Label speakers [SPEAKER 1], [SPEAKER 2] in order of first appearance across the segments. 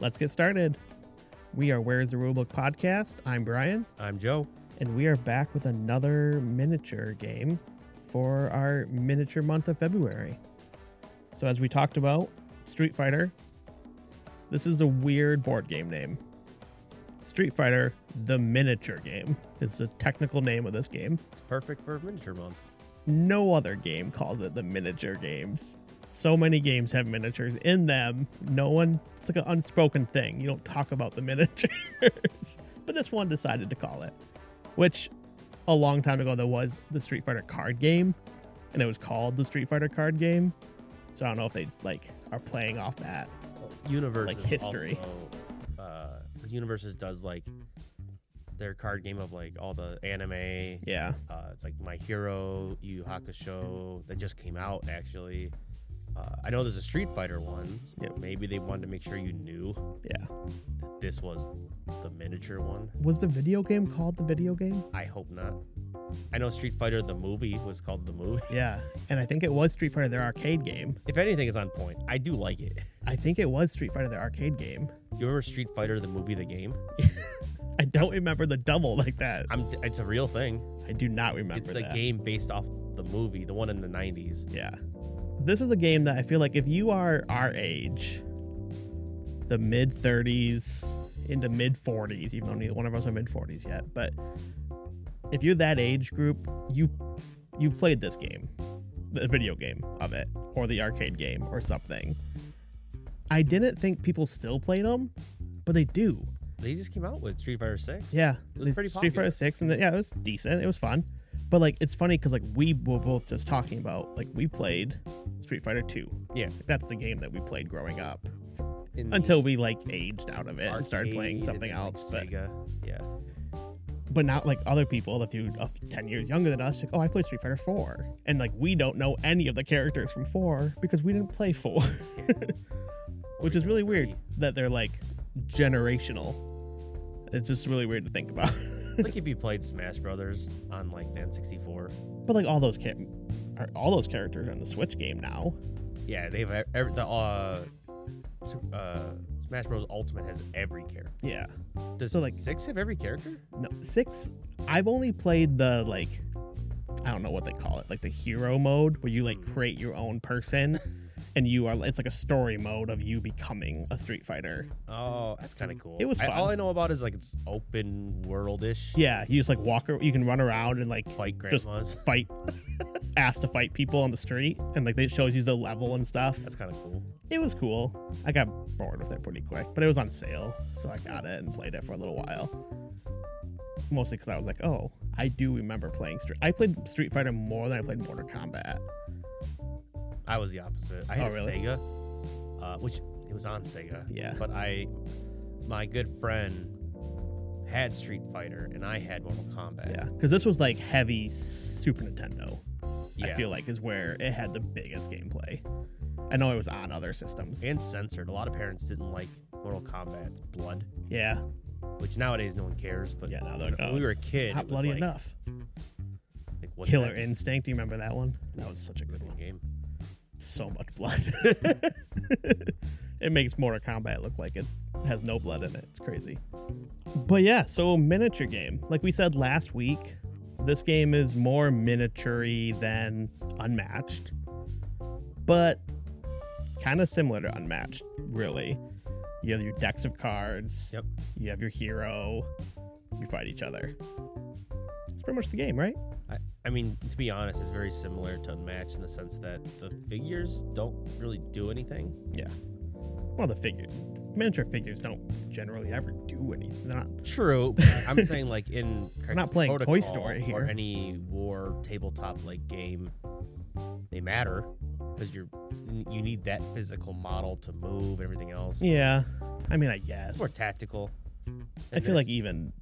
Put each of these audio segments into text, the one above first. [SPEAKER 1] Let's get started. We are Where's the Rulebook podcast. I'm Brian,
[SPEAKER 2] I'm Joe.
[SPEAKER 1] and we are back with another miniature game for our miniature month of February. So, as we talked about, Street Fighter. This is a weird board game name. Street Fighter, the miniature game, is the technical name of this game.
[SPEAKER 2] It's perfect for miniature month.
[SPEAKER 1] No other game calls it the miniature games. So many games have miniatures in them. No one, it's like an unspoken thing. You don't talk about the miniatures. but this one decided to call it, which a long time ago there was the Street Fighter card game, and it was called the Street Fighter card game. So I don't know if they like are playing off that.
[SPEAKER 2] Universe
[SPEAKER 1] Oh, Like
[SPEAKER 2] is
[SPEAKER 1] history.
[SPEAKER 2] Also, uh, 'cause Universes does like their card game of like all the anime.
[SPEAKER 1] Yeah.
[SPEAKER 2] Uh, it's like My Hero, Yu Yu Hakusho that just came out actually. Uh, I know there's a Street Fighter one. So
[SPEAKER 1] Yep.
[SPEAKER 2] Maybe they wanted to make sure you knew
[SPEAKER 1] Yeah.
[SPEAKER 2] that this was the miniature one.
[SPEAKER 1] Was the video game called the video game?
[SPEAKER 2] I hope not. I know Street Fighter the movie was called the movie.
[SPEAKER 1] Yeah. And I think it was Street Fighter, their arcade game.
[SPEAKER 2] If anything, it's on point. I do like it.
[SPEAKER 1] I think it was Street Fighter, their arcade game.
[SPEAKER 2] Do you remember Street Fighter the movie, the game?
[SPEAKER 1] I don't remember the double like that.
[SPEAKER 2] I'm. It's a real thing.
[SPEAKER 1] I do not remember
[SPEAKER 2] it's the
[SPEAKER 1] that.
[SPEAKER 2] game based off the movie, the one in the 90s.
[SPEAKER 1] Yeah. This is a game that I feel like if you are our age, the mid 30s into mid 40s, even though neither one of us are mid 40s yet, but if you're that age group, you you've played this game, the video game of it, or the arcade game or something. I didn't think people still played them, but they do.
[SPEAKER 2] They just came out with Street Fighter 6.
[SPEAKER 1] Yeah,
[SPEAKER 2] It was
[SPEAKER 1] they-
[SPEAKER 2] pretty
[SPEAKER 1] Street Fighter
[SPEAKER 2] popular.
[SPEAKER 1] Six, and yeah, it was decent. It was fun, but like it's funny because like we were both just talking about like we played Street Fighter Two.
[SPEAKER 2] Yeah.
[SPEAKER 1] that's the game that we played growing up
[SPEAKER 2] In the
[SPEAKER 1] until we like aged out of it and started
[SPEAKER 2] arcade
[SPEAKER 1] playing
[SPEAKER 2] and
[SPEAKER 1] something
[SPEAKER 2] then, like,
[SPEAKER 1] else. But
[SPEAKER 2] Sega. Yeah.
[SPEAKER 1] but not like other people, a few a few- ten years younger than us, like oh I played Street Fighter Four, and like we don't know any of the characters from Four because we didn't play Four, which is really weird that they're like generational. It's just really weird to think about.
[SPEAKER 2] like if you played Smash Brothers on like the N64.
[SPEAKER 1] But like all those char- are all those characters are in the Switch game now.
[SPEAKER 2] Yeah, they have every, the uh, Sup- uh, Smash Bros Ultimate has every character.
[SPEAKER 1] Yeah.
[SPEAKER 2] Does
[SPEAKER 1] So, like-
[SPEAKER 2] 6 have every character?
[SPEAKER 1] No, six. I've only played the like, I don't know what they call it, like the hero mode, where you like
[SPEAKER 2] Hmm.
[SPEAKER 1] create your own person, and you are. It's like a story mode of you becoming a Street Fighter.
[SPEAKER 2] Oh, that's kind of cool.
[SPEAKER 1] It was
[SPEAKER 2] I- all
[SPEAKER 1] fun.
[SPEAKER 2] I know about is like it's open worldish.
[SPEAKER 1] Yeah, you just like walk. ar- You can run around and like
[SPEAKER 2] Fight
[SPEAKER 1] Just-
[SPEAKER 2] grandmas.
[SPEAKER 1] fight, ask to fight people on the street, and like it shows you the level and stuff.
[SPEAKER 2] That's kind of cool.
[SPEAKER 1] It was cool. I got bored with it pretty quick, but it was on sale, so I got it and played it for a little while. Mostly because I was like, oh, I do remember playing Street. I played Street Fighter more than I played Mortal Kombat.
[SPEAKER 2] I was the opposite. I
[SPEAKER 1] Oh,
[SPEAKER 2] had a
[SPEAKER 1] really?
[SPEAKER 2] Sega, uh, which it was on Sega.
[SPEAKER 1] Yeah.
[SPEAKER 2] But I, my good friend, had Street Fighter, and I had Mortal Kombat.
[SPEAKER 1] Yeah, because this was like heavy Super Nintendo. I
[SPEAKER 2] Yeah.
[SPEAKER 1] feel like is where it had the biggest gameplay. I know it was on other systems.
[SPEAKER 2] and censored. A lot of parents didn't like Mortal Kombat's blood,
[SPEAKER 1] yeah,
[SPEAKER 2] which nowadays no one cares. But
[SPEAKER 1] Yeah, now they're like,
[SPEAKER 2] when
[SPEAKER 1] "Oh,
[SPEAKER 2] we were a kid,
[SPEAKER 1] not
[SPEAKER 2] it was
[SPEAKER 1] bloody
[SPEAKER 2] like,
[SPEAKER 1] enough.
[SPEAKER 2] like, what the
[SPEAKER 1] Killer
[SPEAKER 2] heck?
[SPEAKER 1] Instinct. Do you remember that one? That was such a
[SPEAKER 2] It's a
[SPEAKER 1] good one.
[SPEAKER 2] good game.
[SPEAKER 1] so much blood. it makes Mortal Kombat look like it has no blood in it. It's crazy. But yeah, so miniature game. Like we said last week, this game is more miniaturey than Unmatched, but kind of similar to Unmatched, really. You have your decks of cards.
[SPEAKER 2] Yep.
[SPEAKER 1] You have your hero. You fight each other. It's pretty much the game, right?
[SPEAKER 2] I, I mean, to be honest, it's very similar to Unmatched in the sense that the figures don't really do anything.
[SPEAKER 1] Well, the figures, miniature figures don't generally ever do anything. They're not
[SPEAKER 2] True. but I'm saying like in Crackdown
[SPEAKER 1] not playing Toy
[SPEAKER 2] Protocol
[SPEAKER 1] Story here.
[SPEAKER 2] or any war tabletop like game. They matter because you're you need that physical model to move and everything else.
[SPEAKER 1] Yeah, I mean, I guess.
[SPEAKER 2] It's more tactical.
[SPEAKER 1] I
[SPEAKER 2] And
[SPEAKER 1] feel like
[SPEAKER 2] this-
[SPEAKER 1] even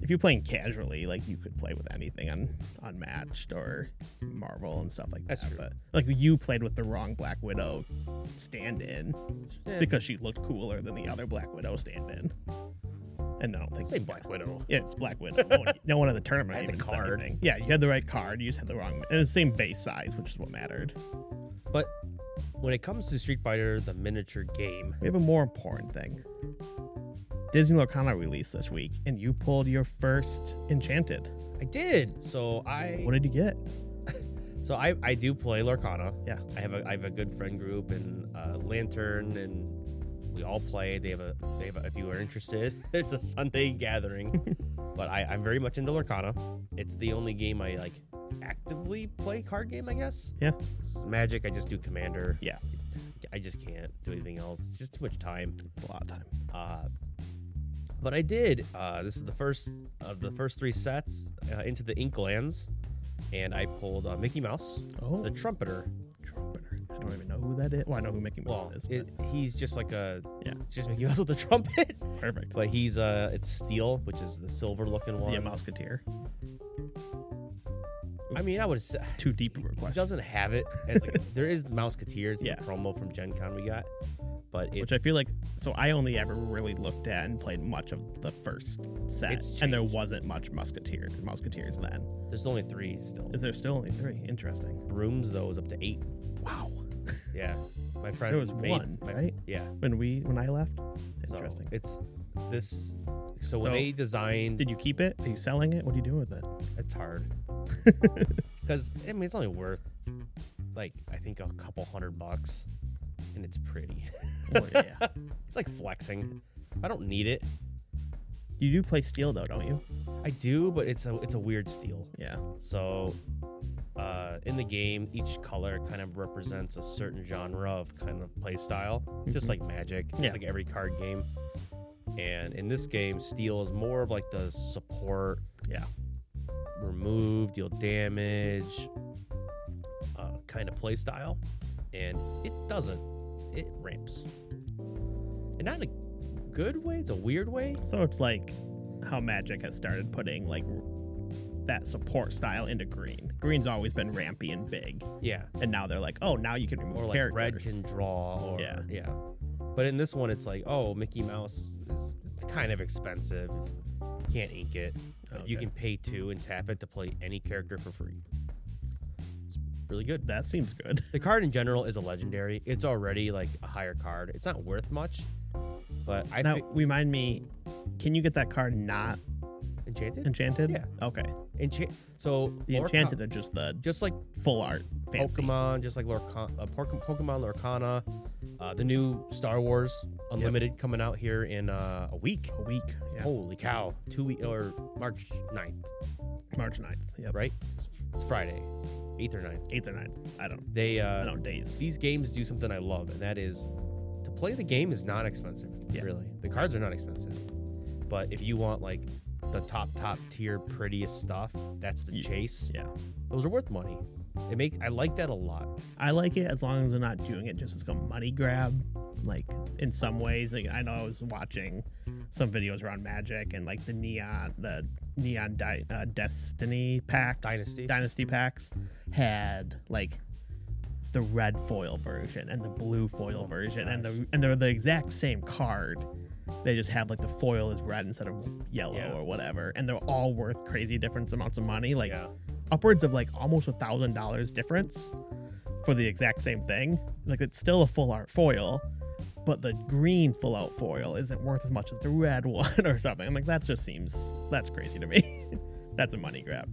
[SPEAKER 1] if you're playing casually, like you could play with anything on Unmatched or Marvel and stuff like
[SPEAKER 2] That's
[SPEAKER 1] that.
[SPEAKER 2] true.
[SPEAKER 1] But like you played with the wrong Black Widow stand-in
[SPEAKER 2] eh,
[SPEAKER 1] because she looked cooler than the other Black Widow stand-in. And I don't think
[SPEAKER 2] say Black Widow.
[SPEAKER 1] Yeah, it's Black Widow. No one, no one at the tournament
[SPEAKER 2] I had the
[SPEAKER 1] even said
[SPEAKER 2] card.
[SPEAKER 1] anything. Yeah, you had the right card. You just had the wrong. And the same base size, which is what mattered.
[SPEAKER 2] But when it comes to Street Fighter, the miniature game,
[SPEAKER 1] We have a more important thing. Disney Locana released this week, and you pulled your first Enchanted.
[SPEAKER 2] I did. So I
[SPEAKER 1] What did you get?
[SPEAKER 2] So I, I do play Larkana.
[SPEAKER 1] Yeah.
[SPEAKER 2] I have a I have a good friend group and uh, Lantern and we all play. They have a they have a, if you are interested, there's a Sunday gathering. but I, I'm very much into Larkana. It's the only game I like actively play card game, I guess.
[SPEAKER 1] Yeah.
[SPEAKER 2] It's magic, I just do commander.
[SPEAKER 1] Yeah.
[SPEAKER 2] I just can't do anything else. It's just too much time.
[SPEAKER 1] It's a lot of time.
[SPEAKER 2] Uh, but I did. Uh, this is the first of the first three sets uh, into the Inklands, and I pulled uh, Mickey Mouse,
[SPEAKER 1] Oh,
[SPEAKER 2] the trumpeter.
[SPEAKER 1] trumpeter. I don't even know who that is. Well, I know who Mickey Mouse
[SPEAKER 2] Well,
[SPEAKER 1] is. But
[SPEAKER 2] it, he's just like a
[SPEAKER 1] Yeah.
[SPEAKER 2] just Mickey Mouse with a trumpet.
[SPEAKER 1] perfect.
[SPEAKER 2] But he's uh, it's steel, which is the silver looking
[SPEAKER 1] Is
[SPEAKER 2] one.
[SPEAKER 1] he a musketeer?
[SPEAKER 2] I mean, I would say
[SPEAKER 1] Too deep of a
[SPEAKER 2] he
[SPEAKER 1] question.
[SPEAKER 2] doesn't have it. As like, there is the Mouseketeer. It's
[SPEAKER 1] Yeah.
[SPEAKER 2] the promo from Gen Con we got, but it's,
[SPEAKER 1] Which I feel like, so I only ever really looked at and played much of the first set,
[SPEAKER 2] It's
[SPEAKER 1] and there wasn't much musketeer musketeers then.
[SPEAKER 2] there's only three still.
[SPEAKER 1] Is there still only three? Interesting.
[SPEAKER 2] Brooms though is up to eight.
[SPEAKER 1] Wow.
[SPEAKER 2] Yeah, my friend.
[SPEAKER 1] There was
[SPEAKER 2] made-
[SPEAKER 1] one,
[SPEAKER 2] my-
[SPEAKER 1] right?
[SPEAKER 2] Yeah.
[SPEAKER 1] When we when I left.
[SPEAKER 2] So
[SPEAKER 1] Interesting.
[SPEAKER 2] it's this. So,
[SPEAKER 1] So-
[SPEAKER 2] when they designed,
[SPEAKER 1] Did you keep it? Are you selling it? What are you doing with it?
[SPEAKER 2] it's hard because I mean it's only worth like I think a couple hundred bucks, and it's pretty.
[SPEAKER 1] Oh, yeah.
[SPEAKER 2] It's like flexing. I don't need it.
[SPEAKER 1] You do play steel though, don't you?
[SPEAKER 2] I do, but it's a it's a weird steal.
[SPEAKER 1] Yeah.
[SPEAKER 2] So, uh, in the game, each color kind of represents a certain genre of kind of play style, just
[SPEAKER 1] Mhm.
[SPEAKER 2] like Magic, just
[SPEAKER 1] Yeah.
[SPEAKER 2] like every card game. And in this game, Steel is more of like the support.
[SPEAKER 1] Yeah.
[SPEAKER 2] Remove, deal damage, uh, kind of play style, and it doesn't. It ramps, and not in a good way. It's a weird way.
[SPEAKER 1] So it's like how Magic has started putting like that support style into green. Green's always been rampy and big,
[SPEAKER 2] Yeah.
[SPEAKER 1] and now they're like, oh, now you can remove
[SPEAKER 2] or like red
[SPEAKER 1] characters.
[SPEAKER 2] can draw or yeah.
[SPEAKER 1] Yeah.
[SPEAKER 2] But in this one it's like, oh, Mickey Mouse is it's kind of expensive. Can't ink it. But You
[SPEAKER 1] Okay.
[SPEAKER 2] can pay two and tap it to play any character for free. It's really good.
[SPEAKER 1] That seems good.
[SPEAKER 2] The card in general is a legendary. It's already like a higher card. It's not worth much. But I
[SPEAKER 1] now
[SPEAKER 2] think
[SPEAKER 1] remind me, can you get that card not
[SPEAKER 2] enchanted?
[SPEAKER 1] enchanted?
[SPEAKER 2] Yeah.
[SPEAKER 1] Okay.
[SPEAKER 2] Enchant so
[SPEAKER 1] The
[SPEAKER 2] Lorca-
[SPEAKER 1] enchanted are just the
[SPEAKER 2] just like
[SPEAKER 1] full art fancy.
[SPEAKER 2] Pokemon, just like Lorca- uh, Pork- Pokemon Lorcana, uh, the new Star Wars Unlimited coming out here in uh, a week.
[SPEAKER 1] A week. Yeah.
[SPEAKER 2] Holy cow! Two week or March 9th,
[SPEAKER 1] March 9th. Yep.
[SPEAKER 2] right? It's, it's Friday, eighth or 9th.
[SPEAKER 1] 8th or 9th. I don't
[SPEAKER 2] They
[SPEAKER 1] I
[SPEAKER 2] uh,
[SPEAKER 1] don't know days.
[SPEAKER 2] these games do something I love, and that is to play the game is not expensive.
[SPEAKER 1] Yeah.
[SPEAKER 2] Really, the cards are not expensive, but if you want like the top top tier prettiest stuff, that's the
[SPEAKER 1] Ye-
[SPEAKER 2] chase.
[SPEAKER 1] Yeah.
[SPEAKER 2] Those are worth money. It make I like that a lot.
[SPEAKER 1] I like it as long as they're not doing it just as a money grab. Like in some ways, like I know I was watching some videos around magic and like the neon, the neon di- uh, destiny packs,
[SPEAKER 2] Dynasty.
[SPEAKER 1] dynasty packs had like the red foil version and the blue foil
[SPEAKER 2] Oh,
[SPEAKER 1] version, and
[SPEAKER 2] gosh.
[SPEAKER 1] the and they're the exact same card. They just have like the foil is red instead of yellow
[SPEAKER 2] Yeah.
[SPEAKER 1] or whatever, and they're all worth crazy different amounts of money. Like
[SPEAKER 2] yeah.
[SPEAKER 1] upwards of like almost a thousand dollars difference for the exact same thing. Like it's still a full art foil, but the green full out foil isn't worth as much as the red one or something. I'm like, that just seems that's crazy to me. that's a money grab.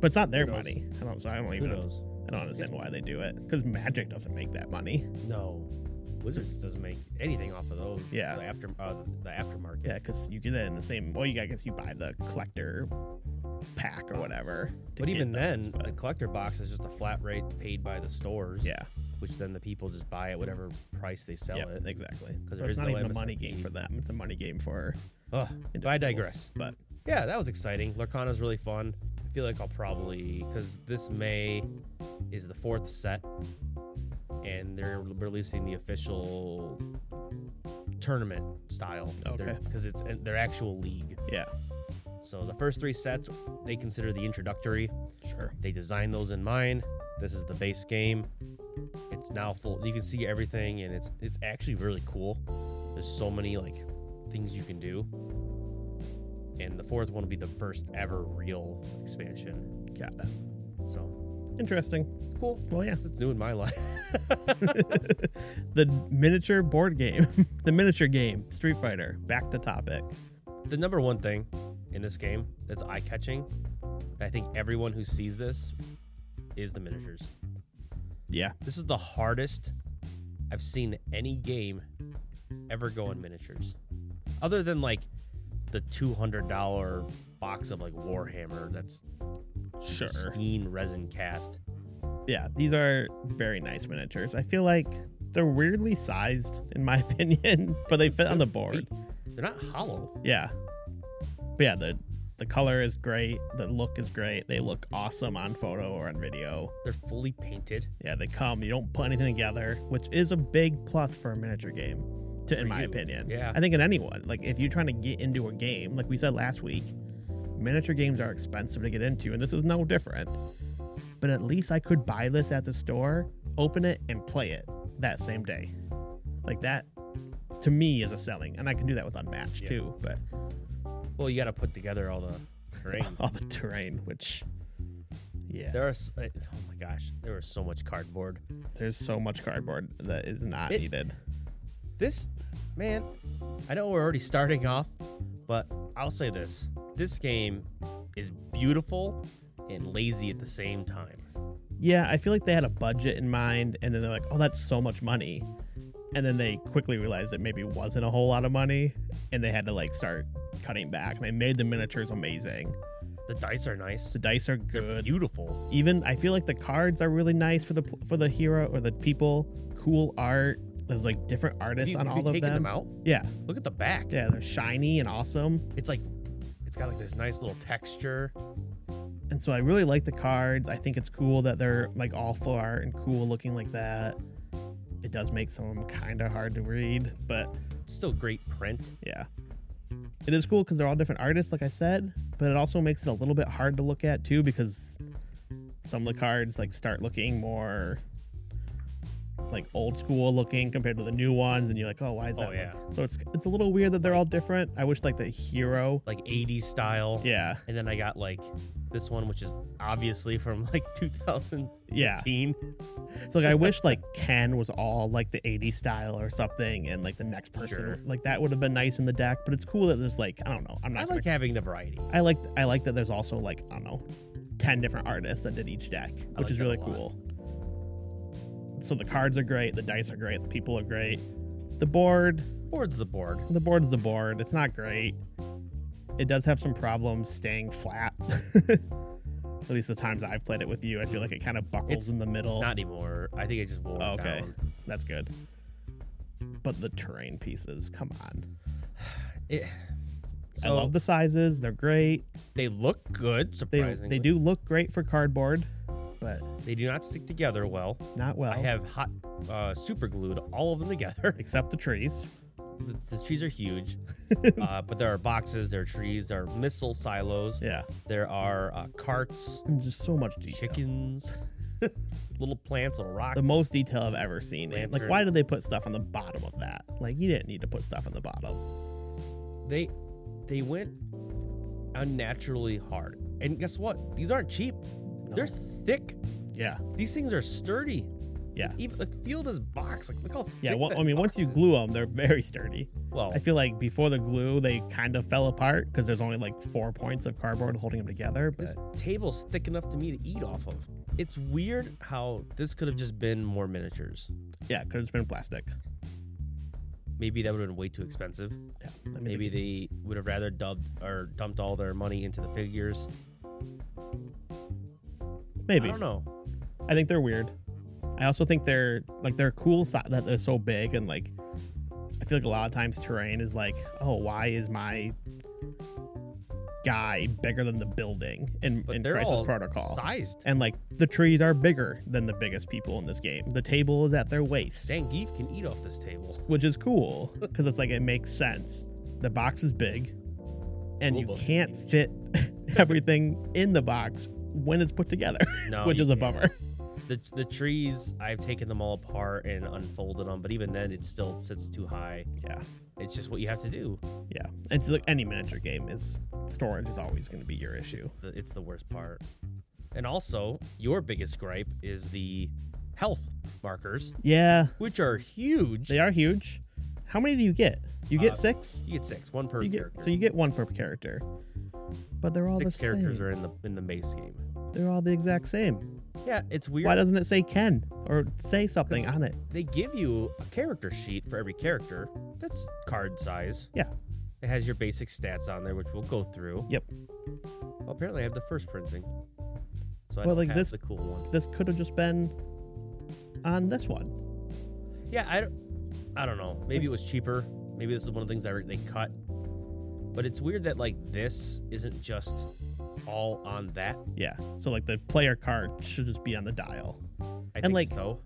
[SPEAKER 1] But it's not their
[SPEAKER 2] Who knows?
[SPEAKER 1] money. I don't. So I don't
[SPEAKER 2] Who
[SPEAKER 1] even.
[SPEAKER 2] knows?
[SPEAKER 1] I don't understand why they do it. Because Magic doesn't make that money.
[SPEAKER 2] No, Wizards doesn't make anything off of those.
[SPEAKER 1] Yeah.
[SPEAKER 2] the after uh, the aftermarket.
[SPEAKER 1] Yeah, because you get it in the same. Well, you I guess you buy the collector pack or whatever. to
[SPEAKER 2] But
[SPEAKER 1] get
[SPEAKER 2] even
[SPEAKER 1] those,
[SPEAKER 2] then,
[SPEAKER 1] but-
[SPEAKER 2] the collector box is just a flat rate paid by the stores.
[SPEAKER 1] yeah,
[SPEAKER 2] Which then the people just buy at whatever price they sell
[SPEAKER 1] yeah,
[SPEAKER 2] it.
[SPEAKER 1] exactly.
[SPEAKER 2] 'Cause
[SPEAKER 1] So
[SPEAKER 2] there
[SPEAKER 1] it's
[SPEAKER 2] is
[SPEAKER 1] not
[SPEAKER 2] no
[SPEAKER 1] even a money
[SPEAKER 2] MSRP.
[SPEAKER 1] game for them. It's a money game for
[SPEAKER 2] Ugh. But I digress.
[SPEAKER 1] But
[SPEAKER 2] Yeah, that was exciting. Larkana's really fun. I feel like I'll probably because this May is the fourth set, and they're releasing the official tournament style.
[SPEAKER 1] Okay.
[SPEAKER 2] Because it's their actual league.
[SPEAKER 1] yeah,
[SPEAKER 2] So the first three sets they consider the introductory.
[SPEAKER 1] sure.
[SPEAKER 2] They designed those in mind. This is the base game. It's now full. You can see everything, and it's it's actually really cool. There's so many like things you can do. And the fourth one will be the first ever real expansion.
[SPEAKER 1] Got it.
[SPEAKER 2] So
[SPEAKER 1] Interesting.
[SPEAKER 2] It's cool.
[SPEAKER 1] Well, yeah.
[SPEAKER 2] It's new in my life.
[SPEAKER 1] the miniature board game, the miniature game, Street Fighter. Back to topic.
[SPEAKER 2] the number one thing in this game that's eye catching, I think everyone who sees this is the miniatures.
[SPEAKER 1] Yeah.
[SPEAKER 2] This is the hardest I've seen any game ever go in miniatures. Other than like the $200 box of like Warhammer that's
[SPEAKER 1] Sure.
[SPEAKER 2] pristine resin cast.
[SPEAKER 1] Yeah, these are very nice miniatures. I feel like they're weirdly sized, in my opinion, but they fit on the board.
[SPEAKER 2] They're not hollow.
[SPEAKER 1] Yeah. But yeah, the the color is great. The look is great. They look awesome on photo or on video.
[SPEAKER 2] They're fully painted.
[SPEAKER 1] Yeah, they come. You don't put anything together, which is a big plus for a miniature game, to, in
[SPEAKER 2] For
[SPEAKER 1] my
[SPEAKER 2] you,
[SPEAKER 1] opinion.
[SPEAKER 2] yeah.
[SPEAKER 1] I think in anyone, like if you're trying to get into a game, like we said last week, miniature games are expensive to get into, and this is no different. But at least I could buy this at the store, open it, and play it that same day. Like that, to me, is a selling, and I can do that with Unmatched
[SPEAKER 2] Yeah.
[SPEAKER 1] too. But
[SPEAKER 2] Well, you got to put together all the terrain.
[SPEAKER 1] all the terrain, which yeah,
[SPEAKER 2] There are, s- oh my gosh, there was so much cardboard.
[SPEAKER 1] there's so much cardboard that is not
[SPEAKER 2] It-
[SPEAKER 1] needed.
[SPEAKER 2] This, man, I know we're already starting off, but I'll say this. This game is beautiful and lazy at the same time.
[SPEAKER 1] Yeah, I feel like they had a budget in mind, and then they're like, "Oh, that's so much money," and then they quickly realized it maybe wasn't a whole lot of money, and they had to like start cutting back. And they made the miniatures amazing.
[SPEAKER 2] The dice are nice,
[SPEAKER 1] The dice are
[SPEAKER 2] they're
[SPEAKER 1] good.
[SPEAKER 2] beautiful.
[SPEAKER 1] Even I feel like the cards are really nice for the for the hero or the people. Cool art. There's like different
[SPEAKER 2] Have
[SPEAKER 1] artists
[SPEAKER 2] you-
[SPEAKER 1] on
[SPEAKER 2] have
[SPEAKER 1] all
[SPEAKER 2] you
[SPEAKER 1] of
[SPEAKER 2] taken
[SPEAKER 1] them.
[SPEAKER 2] them out?
[SPEAKER 1] Yeah,
[SPEAKER 2] Look at the back.
[SPEAKER 1] yeah, they're shiny and awesome.
[SPEAKER 2] It's like, it's got like this nice little texture.
[SPEAKER 1] and so I really like the cards. I think it's cool that they're like all full art and cool looking like that. It does make some of them kind of hard to read, but
[SPEAKER 2] It's still great print.
[SPEAKER 1] yeah, it is cool because they're all different artists, like I said. But it also makes it a little bit hard to look at too because some of the cards like start looking more like old school looking compared to the new ones, and you're like, oh, why is
[SPEAKER 2] Oh,
[SPEAKER 1] that? look-"
[SPEAKER 2] yeah.
[SPEAKER 1] So it's it's a little weird that they're all different. I wish like the hero.
[SPEAKER 2] Like 80s style.
[SPEAKER 1] Yeah,
[SPEAKER 2] And then I got like this one, which is obviously from like 2015.
[SPEAKER 1] yeah. So like I wish like Ken was all like the 80s style or something and like the next person
[SPEAKER 2] Sure.
[SPEAKER 1] like that would have been nice in the deck, but it's cool that there's like I don't know. I'm
[SPEAKER 2] I
[SPEAKER 1] not
[SPEAKER 2] like having the variety.
[SPEAKER 1] gonna- I like I like that there's also like I don't know 10 different artists that did each deck, which
[SPEAKER 2] like
[SPEAKER 1] is
[SPEAKER 2] that
[SPEAKER 1] really
[SPEAKER 2] a lot.
[SPEAKER 1] cool. So the cards are great, the dice are great, the people are great. The board,
[SPEAKER 2] Board's the board.
[SPEAKER 1] the board's the board. It's not great. It does have some problems staying flat. At least the times I've played it with you, I feel like it kind of buckles
[SPEAKER 2] It's
[SPEAKER 1] in the middle.
[SPEAKER 2] Not anymore. I think I just wore
[SPEAKER 1] Oh,
[SPEAKER 2] it
[SPEAKER 1] okay.
[SPEAKER 2] down.
[SPEAKER 1] That's good. But the terrain pieces, come on.
[SPEAKER 2] It,
[SPEAKER 1] I love the sizes. They're great.
[SPEAKER 2] They look good,
[SPEAKER 1] They
[SPEAKER 2] surprisingly.
[SPEAKER 1] they do look great for cardboard, but
[SPEAKER 2] They do not stick together well.
[SPEAKER 1] not well.
[SPEAKER 2] I have hot uh, super glued all of them together.
[SPEAKER 1] except the trees.
[SPEAKER 2] the, the trees are huge, uh, but there are boxes, there are trees, there are missile silos,
[SPEAKER 1] Yeah.
[SPEAKER 2] there are uh, carts,
[SPEAKER 1] And just so much detail.
[SPEAKER 2] chickens, little plants, little rocks.
[SPEAKER 1] The most detail I've ever seen. And, Like why
[SPEAKER 2] Lanterns.
[SPEAKER 1] did they put stuff on the bottom of that? Like you didn't need to put stuff on the bottom.
[SPEAKER 2] they they went unnaturally hard. And guess what? These aren't cheap. They're thick.
[SPEAKER 1] Yeah.
[SPEAKER 2] These things are sturdy.
[SPEAKER 1] Yeah.
[SPEAKER 2] Even like, feel this box. Like look how thick
[SPEAKER 1] Yeah, well,
[SPEAKER 2] that
[SPEAKER 1] I mean, once
[SPEAKER 2] box
[SPEAKER 1] you
[SPEAKER 2] is.
[SPEAKER 1] glue them, they're very sturdy.
[SPEAKER 2] well,
[SPEAKER 1] I feel like before the glue, they kind of fell apart because there's only like four points of cardboard holding them together. But
[SPEAKER 2] This table's thick enough to me to eat off of. It's weird how this could have just been more miniatures.
[SPEAKER 1] yeah, could have just been plastic.
[SPEAKER 2] Maybe that would have been way too expensive.
[SPEAKER 1] Yeah, I mean,
[SPEAKER 2] Maybe they would have rather dubbed or dumped all their money into the figures.
[SPEAKER 1] maybe.
[SPEAKER 2] I
[SPEAKER 1] I,
[SPEAKER 2] don't know.
[SPEAKER 1] think they're weird. I also think they're like they're cool so- that they're so big and like I feel like a lot of times terrain is like, oh, why is my guy bigger than the building in,
[SPEAKER 2] But
[SPEAKER 1] in
[SPEAKER 2] they're
[SPEAKER 1] Crisis
[SPEAKER 2] all
[SPEAKER 1] Protocol?
[SPEAKER 2] sized.
[SPEAKER 1] And like the trees are bigger than the biggest people in this game. The table is at their waist,
[SPEAKER 2] Zangief can eat off this table.
[SPEAKER 1] which is cool because it's like it makes sense. The box is big, and you
[SPEAKER 2] Global.
[SPEAKER 1] can't fit everything in the box when it's put together,
[SPEAKER 2] No,
[SPEAKER 1] which
[SPEAKER 2] you
[SPEAKER 1] is a
[SPEAKER 2] can't.
[SPEAKER 1] bummer.
[SPEAKER 2] The, the trees, I've taken them all apart and unfolded them, but even then, it still sits too high.
[SPEAKER 1] Yeah,
[SPEAKER 2] It's just what you have to do.
[SPEAKER 1] yeah. It's like any manager game is storage is always going to be your issue.
[SPEAKER 2] The- It's the worst part. And also, your biggest gripe is the health markers,
[SPEAKER 1] Yeah,
[SPEAKER 2] which are huge.
[SPEAKER 1] they are huge. How many do you get? You get
[SPEAKER 2] Uh,
[SPEAKER 1] six.
[SPEAKER 2] You get six, one per
[SPEAKER 1] So you get,
[SPEAKER 2] character.
[SPEAKER 1] so you get one per character, but they're all
[SPEAKER 2] six
[SPEAKER 1] the
[SPEAKER 2] characters
[SPEAKER 1] same.
[SPEAKER 2] are in the in the base game.
[SPEAKER 1] They're all the exact same.
[SPEAKER 2] Yeah, it's weird.
[SPEAKER 1] Why doesn't it say Ken or say something on it?
[SPEAKER 2] they give you a character sheet for every character that's card size.
[SPEAKER 1] Yeah.
[SPEAKER 2] It has your basic stats on there, which we'll go through.
[SPEAKER 1] Yep.
[SPEAKER 2] Well, apparently, I have the first printing. So I
[SPEAKER 1] Well,
[SPEAKER 2] don't
[SPEAKER 1] like
[SPEAKER 2] have
[SPEAKER 1] this-
[SPEAKER 2] the cool one.
[SPEAKER 1] This could have just been on this one.
[SPEAKER 2] Yeah, I don't, I don't know. Maybe it was cheaper. Maybe this is one of the things I re- they cut. But it's weird that like this isn't just all on that.
[SPEAKER 1] Yeah. So like the player card should just be on the dial.
[SPEAKER 2] I
[SPEAKER 1] And, like-
[SPEAKER 2] think so.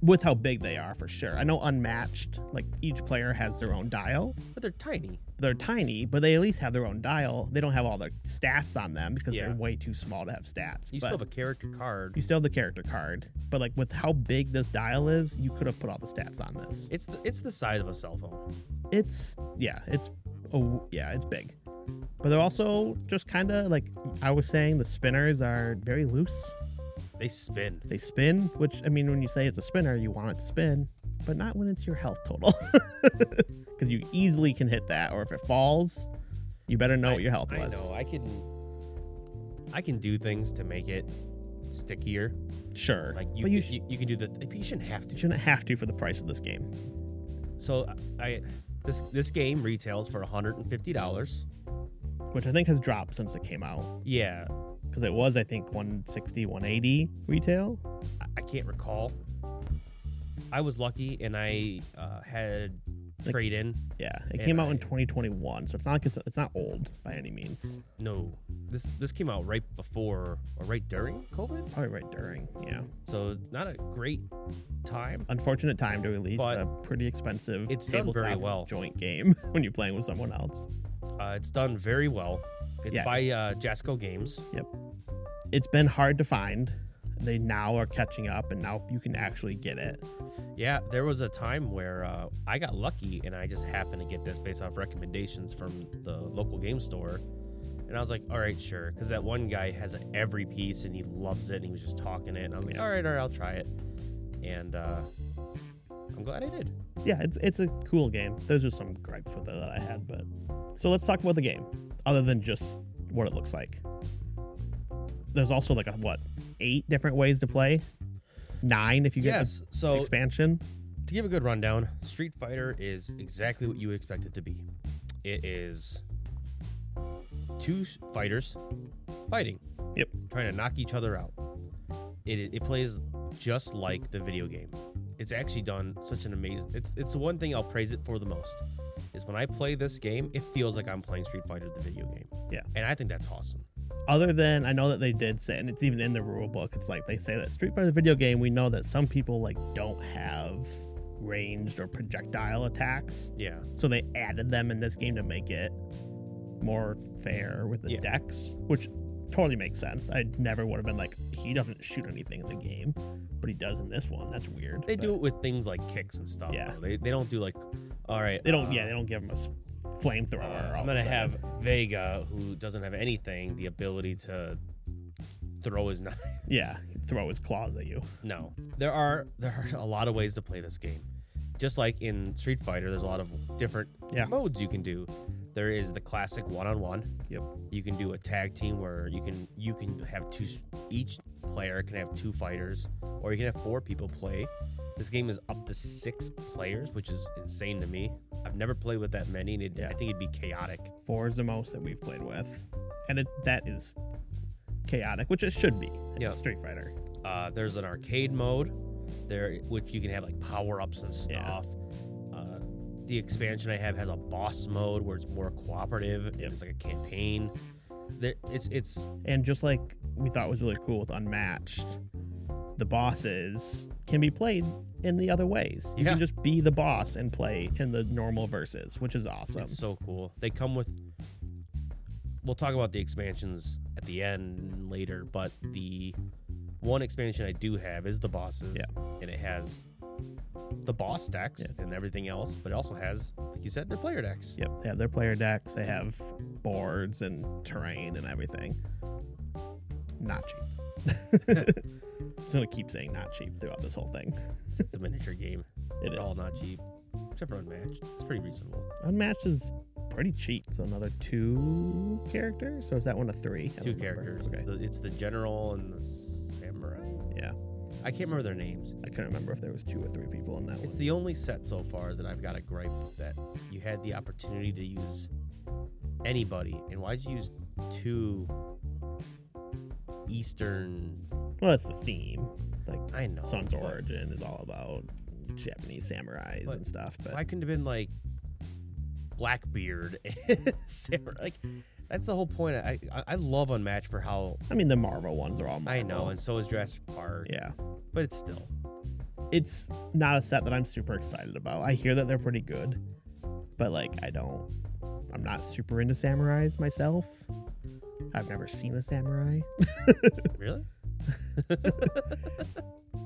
[SPEAKER 1] with how big they are for sure. I know unmatched, like each player has their own dial.
[SPEAKER 2] But they're tiny.
[SPEAKER 1] They're tiny, but they at least have their own dial. They don't have all their stats on them because
[SPEAKER 2] Yeah.
[SPEAKER 1] they're way too small to have stats.
[SPEAKER 2] You
[SPEAKER 1] but
[SPEAKER 2] still have a character card.
[SPEAKER 1] you still have the character card, but like with how big this dial is, you could have put all the stats on this.
[SPEAKER 2] It's the it's the size of a cell phone.
[SPEAKER 1] It's yeah, it's oh yeah, it's big. But they're also just kind of like I was saying, the spinners are very loose.
[SPEAKER 2] They spin.
[SPEAKER 1] They spin, which I mean, when you say it's a spinner, you want it to spin, but not when it's your health total, because you easily can hit that. Or if it falls, you better know
[SPEAKER 2] I-
[SPEAKER 1] what your health
[SPEAKER 2] I
[SPEAKER 1] was.
[SPEAKER 2] know. I can I can do things to make it stickier.
[SPEAKER 1] Sure,
[SPEAKER 2] Like you
[SPEAKER 1] but you,
[SPEAKER 2] you, you, can do the th- you shouldn't have to.
[SPEAKER 1] you shouldn't have to for the price of this game.
[SPEAKER 2] So I this this game retails for $150.
[SPEAKER 1] Which I think has dropped since it came out
[SPEAKER 2] Yeah,
[SPEAKER 1] because it was, I think, 160, 180 retail.
[SPEAKER 2] I- I can't recall. I was lucky and I uh, had
[SPEAKER 1] Like-
[SPEAKER 2] trade in.
[SPEAKER 1] Yeah, it
[SPEAKER 2] And
[SPEAKER 1] came out
[SPEAKER 2] I-
[SPEAKER 1] in 2021, so it's not like it's, it's not old by any means.
[SPEAKER 2] No, this this came out right before or right during COVID,
[SPEAKER 1] Probably right during. Yeah,
[SPEAKER 2] so not a great time.
[SPEAKER 1] unfortunate time to release
[SPEAKER 2] But
[SPEAKER 1] a pretty expensive
[SPEAKER 2] it's done very
[SPEAKER 1] tabletop
[SPEAKER 2] well.
[SPEAKER 1] joint game when you're playing with someone else.
[SPEAKER 2] Uh, it's done very well. It's
[SPEAKER 1] Yeah,
[SPEAKER 2] by uh, Jasco Games.
[SPEAKER 1] it's been hard to find. They now are catching up, and now you can actually get it.
[SPEAKER 2] Yeah, there was a time where uh, I got lucky and I just happened to get this based off recommendations from the local game store. And I was like, all right, sure. Because that one guy has every piece and he loves it and he was just talking it. And I was like, all right, all right, I'll try it. And uh, I'm glad I did.
[SPEAKER 1] Yeah, it's it's a cool game. There's just some gripes with it that I had, but so let's talk about the game, other than just what it looks like. There's also like a what eight different ways to play, nine if you get
[SPEAKER 2] Yes.
[SPEAKER 1] the
[SPEAKER 2] So
[SPEAKER 1] expansion.
[SPEAKER 2] to give a good rundown, Street Fighter is exactly what you would expect it to be. It is two s- fighters fighting.
[SPEAKER 1] Yep.
[SPEAKER 2] Trying to knock each other out. It it plays just like the video game. It's actually done such an amazing. It's it's the one thing I'll praise it for the most. Is when I play this game, it feels like I'm playing Street Fighter the video game.
[SPEAKER 1] Yeah.
[SPEAKER 2] And I think that's awesome.
[SPEAKER 1] Other than I know that they did say, and it's even in the rule book. It's like they say that Street Fighter the video game. We know that some people like don't have ranged or projectile attacks.
[SPEAKER 2] Yeah.
[SPEAKER 1] So they added them in this game to make it more fair with the
[SPEAKER 2] Yeah.
[SPEAKER 1] decks, which totally makes sense. I never would have been like, he doesn't shoot anything in the game, but he does in this one. That's weird.
[SPEAKER 2] They
[SPEAKER 1] but
[SPEAKER 2] do it with things like kicks and stuff.
[SPEAKER 1] Yeah.
[SPEAKER 2] though. They they don't do like all right.
[SPEAKER 1] They don't.
[SPEAKER 2] uh,
[SPEAKER 1] yeah, they don't give him a s- flamethrower.
[SPEAKER 2] Uh,
[SPEAKER 1] all
[SPEAKER 2] I'm
[SPEAKER 1] of a
[SPEAKER 2] gonna
[SPEAKER 1] sudden.
[SPEAKER 2] have Vega, who doesn't have anything, the ability to throw his knife.
[SPEAKER 1] Yeah, he'd throw his claws at you.
[SPEAKER 2] No, there are there are a lot of ways to play this game. Just like in Street Fighter, there's a lot of different
[SPEAKER 1] Yeah.
[SPEAKER 2] modes you can do. There is the classic one-on-one.
[SPEAKER 1] Yep.
[SPEAKER 2] You can do a tag team where you can you can have two s- each player can have two fighters, or you can have four people play. This game is up to six players, which is insane to me. I've never played with that many, and it, I
[SPEAKER 1] Yeah.
[SPEAKER 2] think it'd be chaotic.
[SPEAKER 1] Four is the most that we've played with, and it, that is chaotic, which it should be. It's
[SPEAKER 2] Yeah.
[SPEAKER 1] Street Fighter.
[SPEAKER 2] Uh, there's an arcade mode there, which you can have like power ups and
[SPEAKER 1] Yeah.
[SPEAKER 2] stuff. Uh, the expansion I have has a boss mode where it's more cooperative. and
[SPEAKER 1] Yep.
[SPEAKER 2] It's like a campaign. There, it's it's
[SPEAKER 1] And just like we thought was really cool with Unmatched, the bosses can be played in the other ways. You
[SPEAKER 2] Yeah.
[SPEAKER 1] can just be the boss and play in the normal verses, which is awesome.
[SPEAKER 2] it's so cool. They come with. We'll talk about the expansions at the end later, but the one expansion I do have is the bosses.
[SPEAKER 1] Yeah.
[SPEAKER 2] And it has the boss decks
[SPEAKER 1] Yeah.
[SPEAKER 2] and everything else, but it also has, like you said, their player decks.
[SPEAKER 1] Yep, they have their player decks, they have boards and terrain and everything. not cheap. Just gonna keep saying not cheap throughout this whole thing.
[SPEAKER 2] It's, it's a miniature game.
[SPEAKER 1] It
[SPEAKER 2] They're all
[SPEAKER 1] is.
[SPEAKER 2] not cheap, except for Unmatched. It's pretty reasonable.
[SPEAKER 1] Unmatched is pretty cheap. So another two characters, or is that one a three? I
[SPEAKER 2] Two
[SPEAKER 1] don't remember.
[SPEAKER 2] characters.
[SPEAKER 1] Okay.
[SPEAKER 2] The- it's the general and the samurai.
[SPEAKER 1] Yeah,
[SPEAKER 2] I can't remember their names.
[SPEAKER 1] I couldn't remember if there was two or three people in that
[SPEAKER 2] It's
[SPEAKER 1] one.
[SPEAKER 2] the only set so far that I've got a gripe that you had the opportunity to use anybody, and why'd you use two Eastern?
[SPEAKER 1] Well, it's the theme. Like
[SPEAKER 2] I know
[SPEAKER 1] Sun's
[SPEAKER 2] but
[SPEAKER 1] origin is all about Japanese samurais
[SPEAKER 2] But
[SPEAKER 1] and stuff. But
[SPEAKER 2] Why couldn't it have been like Blackbeard and Samurai? Like that's the whole point. I I, I love Unmatched for how
[SPEAKER 1] I mean, the Marvel ones are all. Marvel.
[SPEAKER 2] I know, and so is Jurassic Park.
[SPEAKER 1] yeah,
[SPEAKER 2] but it's still
[SPEAKER 1] it's not a set that I'm super excited about. I hear that they're pretty good, but like I don't. I'm not super into samurais myself. I've never seen a samurai.
[SPEAKER 2] really.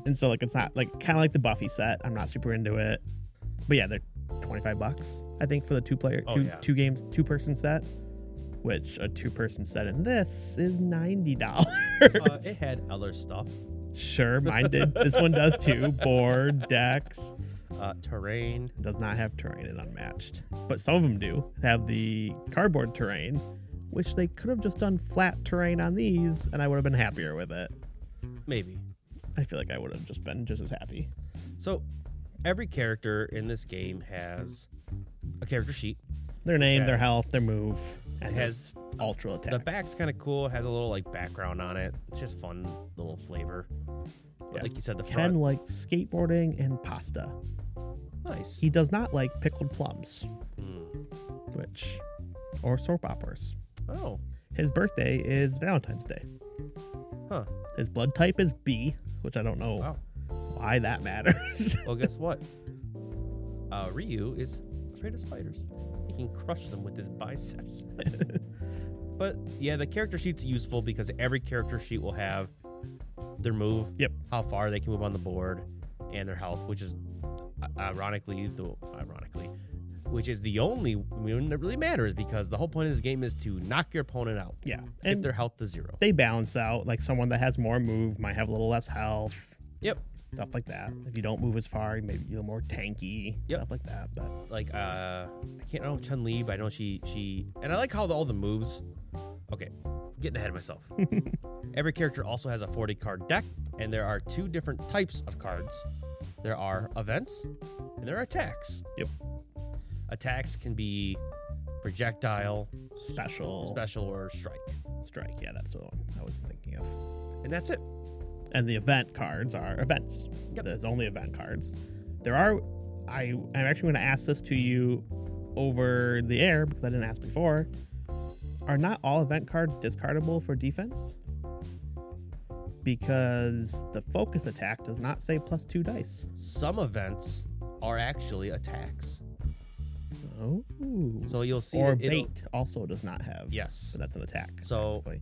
[SPEAKER 1] and so like it's not like kind of like the Buffy set. I'm not super into it, but yeah, they're 25 bucks I think for the two player,
[SPEAKER 2] Oh,
[SPEAKER 1] two
[SPEAKER 2] yeah.
[SPEAKER 1] two games, two person set, which a two person set in this is ninety dollars.
[SPEAKER 2] Uh, it had other stuff,
[SPEAKER 1] sure, mine did. This one does too. Board decks
[SPEAKER 2] uh, terrain.
[SPEAKER 1] does not have terrain and unmatched, but some of them do have the cardboard terrain, which they could have just done flat terrain on these, and I would have been happier with it.
[SPEAKER 2] Maybe.
[SPEAKER 1] I feel like I would have just been just as happy.
[SPEAKER 2] So every character in this game has a character sheet.
[SPEAKER 1] Their name, their
[SPEAKER 2] Yeah.
[SPEAKER 1] health, their move,
[SPEAKER 2] It
[SPEAKER 1] and their
[SPEAKER 2] has
[SPEAKER 1] ultra attack.
[SPEAKER 2] the back's kind of cool. It has a little like background on it. It's just fun little flavor. But
[SPEAKER 1] Yeah.
[SPEAKER 2] Like you said, the
[SPEAKER 1] Ken
[SPEAKER 2] front
[SPEAKER 1] likes skateboarding and pasta.
[SPEAKER 2] nice.
[SPEAKER 1] He does not like pickled plums,
[SPEAKER 2] Mm.
[SPEAKER 1] which or soap operas.
[SPEAKER 2] Oh,
[SPEAKER 1] His birthday is Valentine's Day.
[SPEAKER 2] huh.
[SPEAKER 1] His blood type is B, which I don't know
[SPEAKER 2] Wow.
[SPEAKER 1] why that matters.
[SPEAKER 2] Well, guess what? Uh, Ryu is afraid of spiders. He can crush them with his biceps. but yeah, the character sheet's useful because every character sheet will have their move,
[SPEAKER 1] Yep.
[SPEAKER 2] how far they can move on the board, and their health, which is i- ironically the ironically, which is the only one that really matters because the whole point of this game is to knock your opponent out,
[SPEAKER 1] yeah,
[SPEAKER 2] get
[SPEAKER 1] and
[SPEAKER 2] their health to zero.
[SPEAKER 1] they balance out. Like someone that has more move might have a little less health,
[SPEAKER 2] Yep.
[SPEAKER 1] stuff like that. If you don't move as far, maybe you're more tanky,
[SPEAKER 2] Yep.
[SPEAKER 1] stuff like that. But
[SPEAKER 2] like uh I can't I don't know Chun Li, but I know she she and I like how the, all the moves. Okay, getting ahead of myself. Every character also has a 40 card deck, and there are two different types of cards. There are events and there are attacks.
[SPEAKER 1] Yep.
[SPEAKER 2] Attacks can be projectile,
[SPEAKER 1] special,
[SPEAKER 2] special, or strike.
[SPEAKER 1] strike. Yeah, that's the one I was thinking of.
[SPEAKER 2] And that's it.
[SPEAKER 1] and the event cards are events.
[SPEAKER 2] Yep.
[SPEAKER 1] There's only event cards. There are. I I'm actually going to ask this to you over the air because I didn't ask before. Are not all event cards discardable for defense? Because the focus attack does not say plus two dice.
[SPEAKER 2] Some events are actually attacks.
[SPEAKER 1] Oh.
[SPEAKER 2] So you'll see
[SPEAKER 1] or
[SPEAKER 2] that it'll-
[SPEAKER 1] bait also does not have.
[SPEAKER 2] Yes.
[SPEAKER 1] So that's an attack.
[SPEAKER 2] So-
[SPEAKER 1] technically.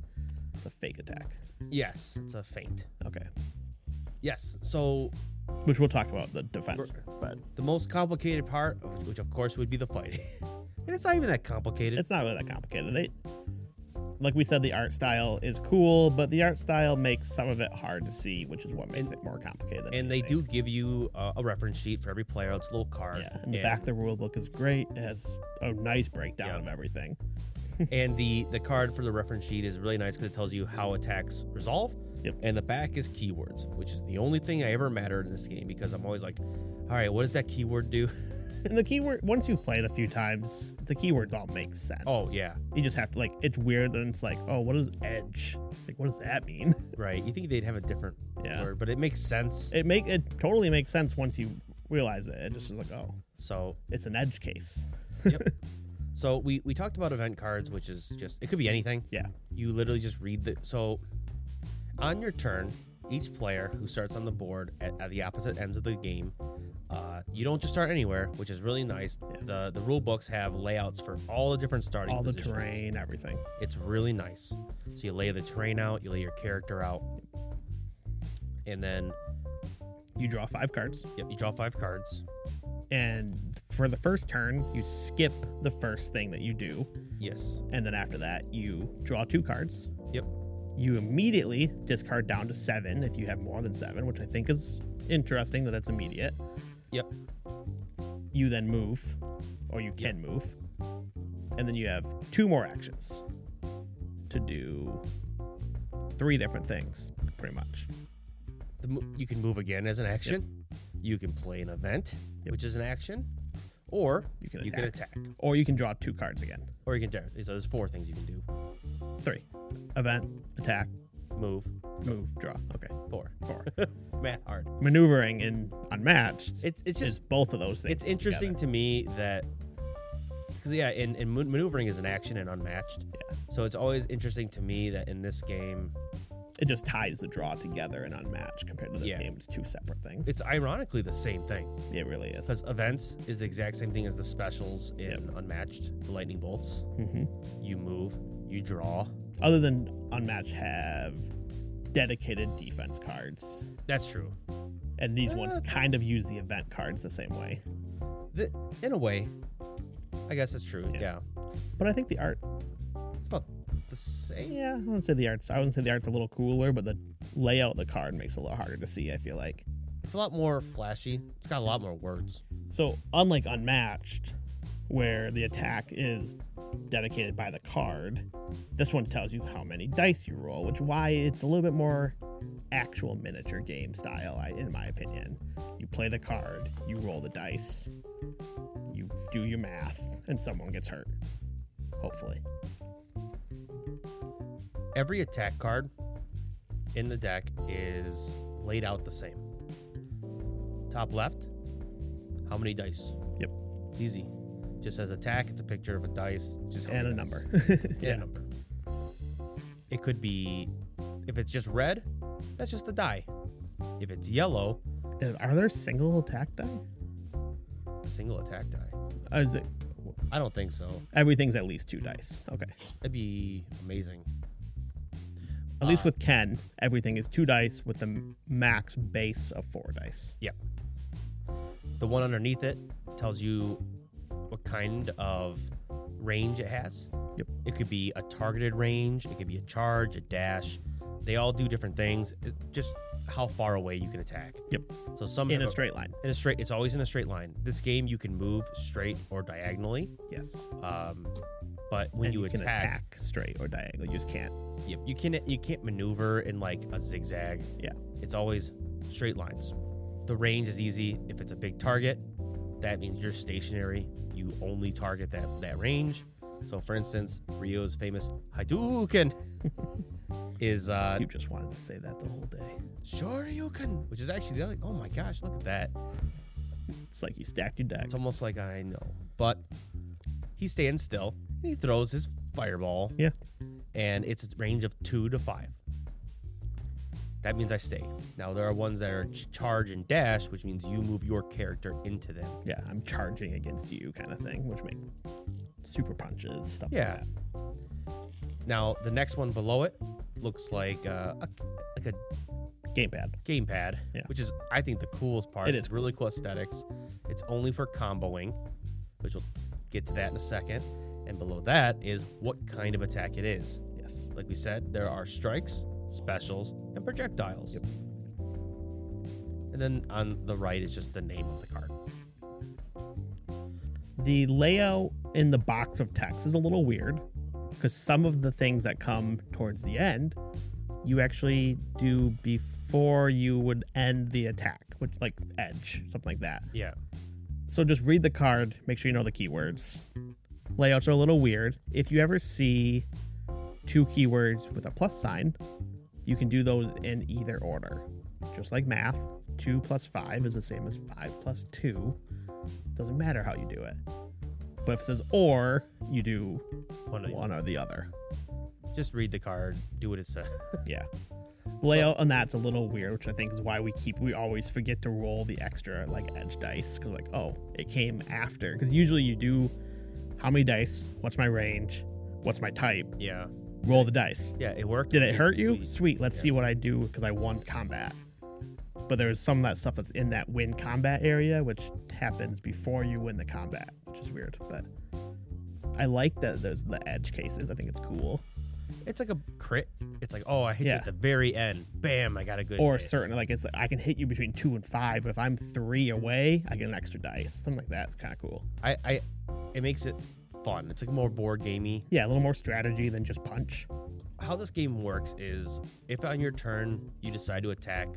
[SPEAKER 1] it's a fake attack.
[SPEAKER 2] Yes, it's a feint.
[SPEAKER 1] Okay.
[SPEAKER 2] Yes. So
[SPEAKER 1] Which we'll talk about the defense, but
[SPEAKER 2] The most complicated part, which of course would be the fighting. and it's not even that complicated.
[SPEAKER 1] it's not really that complicated. They, like we said, the art style is cool, but the art style makes some of it hard to see, which is what makes it more complicated. than
[SPEAKER 2] And they
[SPEAKER 1] anything.
[SPEAKER 2] do give you uh, a reference sheet for every player. It's a little card.
[SPEAKER 1] Yeah, and the
[SPEAKER 2] and,
[SPEAKER 1] back of the rule book is great. It has a nice breakdown
[SPEAKER 2] Yeah.
[SPEAKER 1] of everything.
[SPEAKER 2] and the the card for the reference sheet is really nice because it tells you how attacks resolve.
[SPEAKER 1] Yep.
[SPEAKER 2] And the back is keywords, which is the only thing I ever mattered in this game because I'm always like, all right, what does that keyword do?
[SPEAKER 1] And the keyword, once you've played a few times, the keywords all make sense.
[SPEAKER 2] Oh yeah,
[SPEAKER 1] You just have to, like, it's weird and it's like, oh, what is edge? Like, what does that mean?
[SPEAKER 2] right. You think they'd have a different
[SPEAKER 1] Yeah.
[SPEAKER 2] word, but it makes sense.
[SPEAKER 1] It make it totally makes sense once you realize it. It just is like, oh,
[SPEAKER 2] so
[SPEAKER 1] it's an edge case.
[SPEAKER 2] So we we talked about event cards, which is just it could be anything.
[SPEAKER 1] Yeah.
[SPEAKER 2] You literally just read the so on your turn, each player who starts on the board at, at the opposite ends of the game, uh, you don't just start anywhere, which is really nice.
[SPEAKER 1] Yeah.
[SPEAKER 2] The the rule books have layouts for all the different starting
[SPEAKER 1] All the
[SPEAKER 2] positions.
[SPEAKER 1] terrain, everything.
[SPEAKER 2] It's really nice. So you lay the terrain out, you lay your character out, and then
[SPEAKER 1] You draw five cards.
[SPEAKER 2] yep, you draw five cards.
[SPEAKER 1] and for the first turn you skip the first thing that you do
[SPEAKER 2] Yes.
[SPEAKER 1] and then after that you draw two cards
[SPEAKER 2] Yep.
[SPEAKER 1] You immediately discard down to seven if you have more than seven, which I think is interesting that it's immediate.
[SPEAKER 2] Yep.
[SPEAKER 1] You then move, or you can move. And then you have two more actions to do three different things, pretty much.
[SPEAKER 2] The, mo- you can move again as an action. You can play an event,
[SPEAKER 1] Yep.
[SPEAKER 2] which is an action, or
[SPEAKER 1] You can
[SPEAKER 2] you can attack,
[SPEAKER 1] Or you can draw two cards again.
[SPEAKER 2] or you can dare. So there's four things you can do:
[SPEAKER 1] Three. Event, attack,
[SPEAKER 2] move,
[SPEAKER 1] move, draw. Okay.
[SPEAKER 2] four.
[SPEAKER 1] Four.
[SPEAKER 2] Math hard.
[SPEAKER 1] Maneuvering in Unmatched
[SPEAKER 2] It's it's
[SPEAKER 1] is
[SPEAKER 2] just
[SPEAKER 1] both of those things.
[SPEAKER 2] it's interesting to me that because yeah, and, and ma- maneuvering is an action and unmatched.
[SPEAKER 1] Yeah.
[SPEAKER 2] So it's always interesting to me that in this game,
[SPEAKER 1] It just ties the draw together in Unmatched compared to this
[SPEAKER 2] Yeah.
[SPEAKER 1] game. It's two separate things.
[SPEAKER 2] it's ironically the same thing.
[SPEAKER 1] it really is.
[SPEAKER 2] Because events is the exact same thing as the specials in
[SPEAKER 1] Yep.
[SPEAKER 2] Unmatched, the lightning bolts.
[SPEAKER 1] hmm
[SPEAKER 2] You move, you draw.
[SPEAKER 1] Other than Unmatched have dedicated defense cards.
[SPEAKER 2] That's true.
[SPEAKER 1] And these ones
[SPEAKER 2] Uh.
[SPEAKER 1] kind of use the event cards the same way.
[SPEAKER 2] Th- in a way, I guess it's true. Yeah.
[SPEAKER 1] Yeah. But I think the art
[SPEAKER 2] It's about the same.
[SPEAKER 1] yeah, I wouldn't say the art's I wouldn't say the art's a little cooler, but the layout of the card makes it a little harder to see, I feel like.
[SPEAKER 2] It's a lot more flashy. It's got a lot more words.
[SPEAKER 1] So, unlike Unmatched, where the attack is dedicated by the card, this one tells you how many dice you roll, which why it's a little bit more actual miniature game style, I- in my opinion. You play the card, you roll the dice, you do your math, and someone gets hurt. Hopefully.
[SPEAKER 2] Every attack card in the deck is laid out the same. Top left, how many dice?
[SPEAKER 1] Yep.
[SPEAKER 2] It's easy. Just says attack. It's a picture of a dice. Just how
[SPEAKER 1] And a
[SPEAKER 2] many dice.
[SPEAKER 1] number.
[SPEAKER 2] and a number. It could be, if it's just red, that's just the die. If it's yellow,
[SPEAKER 1] Yeah. Are there single attack die?
[SPEAKER 2] a single attack die.
[SPEAKER 1] Or is it
[SPEAKER 2] I don't think so.
[SPEAKER 1] everything's at least two dice? Okay.
[SPEAKER 2] That'd be amazing.
[SPEAKER 1] At least
[SPEAKER 2] Uh,
[SPEAKER 1] with Ken, everything is two dice with the m- max base of four dice.
[SPEAKER 2] The one underneath it tells you what kind of range it has.
[SPEAKER 1] Yep.
[SPEAKER 2] It could be a targeted range, it could be a charge, a dash. They all do different things. It, just how far away you can attack.
[SPEAKER 1] Yep.
[SPEAKER 2] So some
[SPEAKER 1] in
[SPEAKER 2] have
[SPEAKER 1] a straight line.
[SPEAKER 2] in a straight. It's always in a straight line. This game you can move straight or diagonally.
[SPEAKER 1] Yes.
[SPEAKER 2] Um, but when
[SPEAKER 1] And
[SPEAKER 2] you,
[SPEAKER 1] can
[SPEAKER 2] attack,
[SPEAKER 1] attack straight or diagonal, you just can't.
[SPEAKER 2] Yep, you can you can't maneuver in like a zigzag.
[SPEAKER 1] Yeah.
[SPEAKER 2] It's always straight lines. The range is easy. If it's a big target, that means you're stationary. You only target that that range. So for instance, Rio's famous Hadouken is uh
[SPEAKER 1] you just wanted to say that the whole day.
[SPEAKER 2] Shoryuken, which is actually the other, oh my gosh, look at that.
[SPEAKER 1] It's like you stacked your deck.
[SPEAKER 2] It's almost like I know. But he stands still and he throws his fireball.
[SPEAKER 1] Yeah.
[SPEAKER 2] And it's a range of two to five. That means I stay. Now there are ones that are ch- charge and dash, which means you move your character into them.
[SPEAKER 1] Yeah, I'm charging against you kind of thing, which makes super punches, stuff
[SPEAKER 2] Yeah.
[SPEAKER 1] like that.
[SPEAKER 2] Now the next one below it looks like uh, a, like a
[SPEAKER 1] Gamepad.
[SPEAKER 2] gamepad,
[SPEAKER 1] Yeah.
[SPEAKER 2] which is I think the coolest part.
[SPEAKER 1] It
[SPEAKER 2] It's
[SPEAKER 1] is
[SPEAKER 2] really cool aesthetics. It's only for comboing, which we'll get to that in a second. And below that is what kind of attack it is.
[SPEAKER 1] Yes.
[SPEAKER 2] Like we said, there are strikes, specials, and projectiles.
[SPEAKER 1] Yep.
[SPEAKER 2] And then on the right is just the name of the card.
[SPEAKER 1] The layout in the box of text is a little weird because some of the things that come towards the end, you actually do before you would end the attack, which like edge, something like that.
[SPEAKER 2] Yeah.
[SPEAKER 1] So just read the card, make sure you know the keywords. Layouts are a little weird. If you ever see two keywords with a plus sign, you can do those in either order. Just like math, 2 plus 5 is the same as 5 plus 2. Doesn't matter how you do it. But if it says or, you do
[SPEAKER 2] One of the,
[SPEAKER 1] one or the other.
[SPEAKER 2] Just read the card, do what it says.
[SPEAKER 1] Yeah. Layout on that's a little weird, which I think is why we keep we always forget to roll the extra like edge dice because like oh it came after because usually you do how many dice, what's my range, what's my type,
[SPEAKER 2] yeah.
[SPEAKER 1] roll the dice.
[SPEAKER 2] Yeah, it worked.
[SPEAKER 1] Did it hurt you?
[SPEAKER 2] Sweet.
[SPEAKER 1] Sweet, let's
[SPEAKER 2] Yeah.
[SPEAKER 1] see what I do because I won combat. But there's some of that stuff that's in that win combat area, which happens before you win the combat, which is weird. But I like that there's the edge cases. I think it's cool.
[SPEAKER 2] It's like a crit. It's like, oh, I hit you
[SPEAKER 1] Yeah.
[SPEAKER 2] at the very end. Bam, I got a good
[SPEAKER 1] Or
[SPEAKER 2] hit.
[SPEAKER 1] certain, like it's I can hit you between two and five, but if I'm three away, I get an extra dice. Something like that. It's kind of cool.
[SPEAKER 2] I, I it makes it fun. It's like more board gamey.
[SPEAKER 1] Yeah, a little more strategy than just punch.
[SPEAKER 2] How this game works is if on your turn you decide to attack,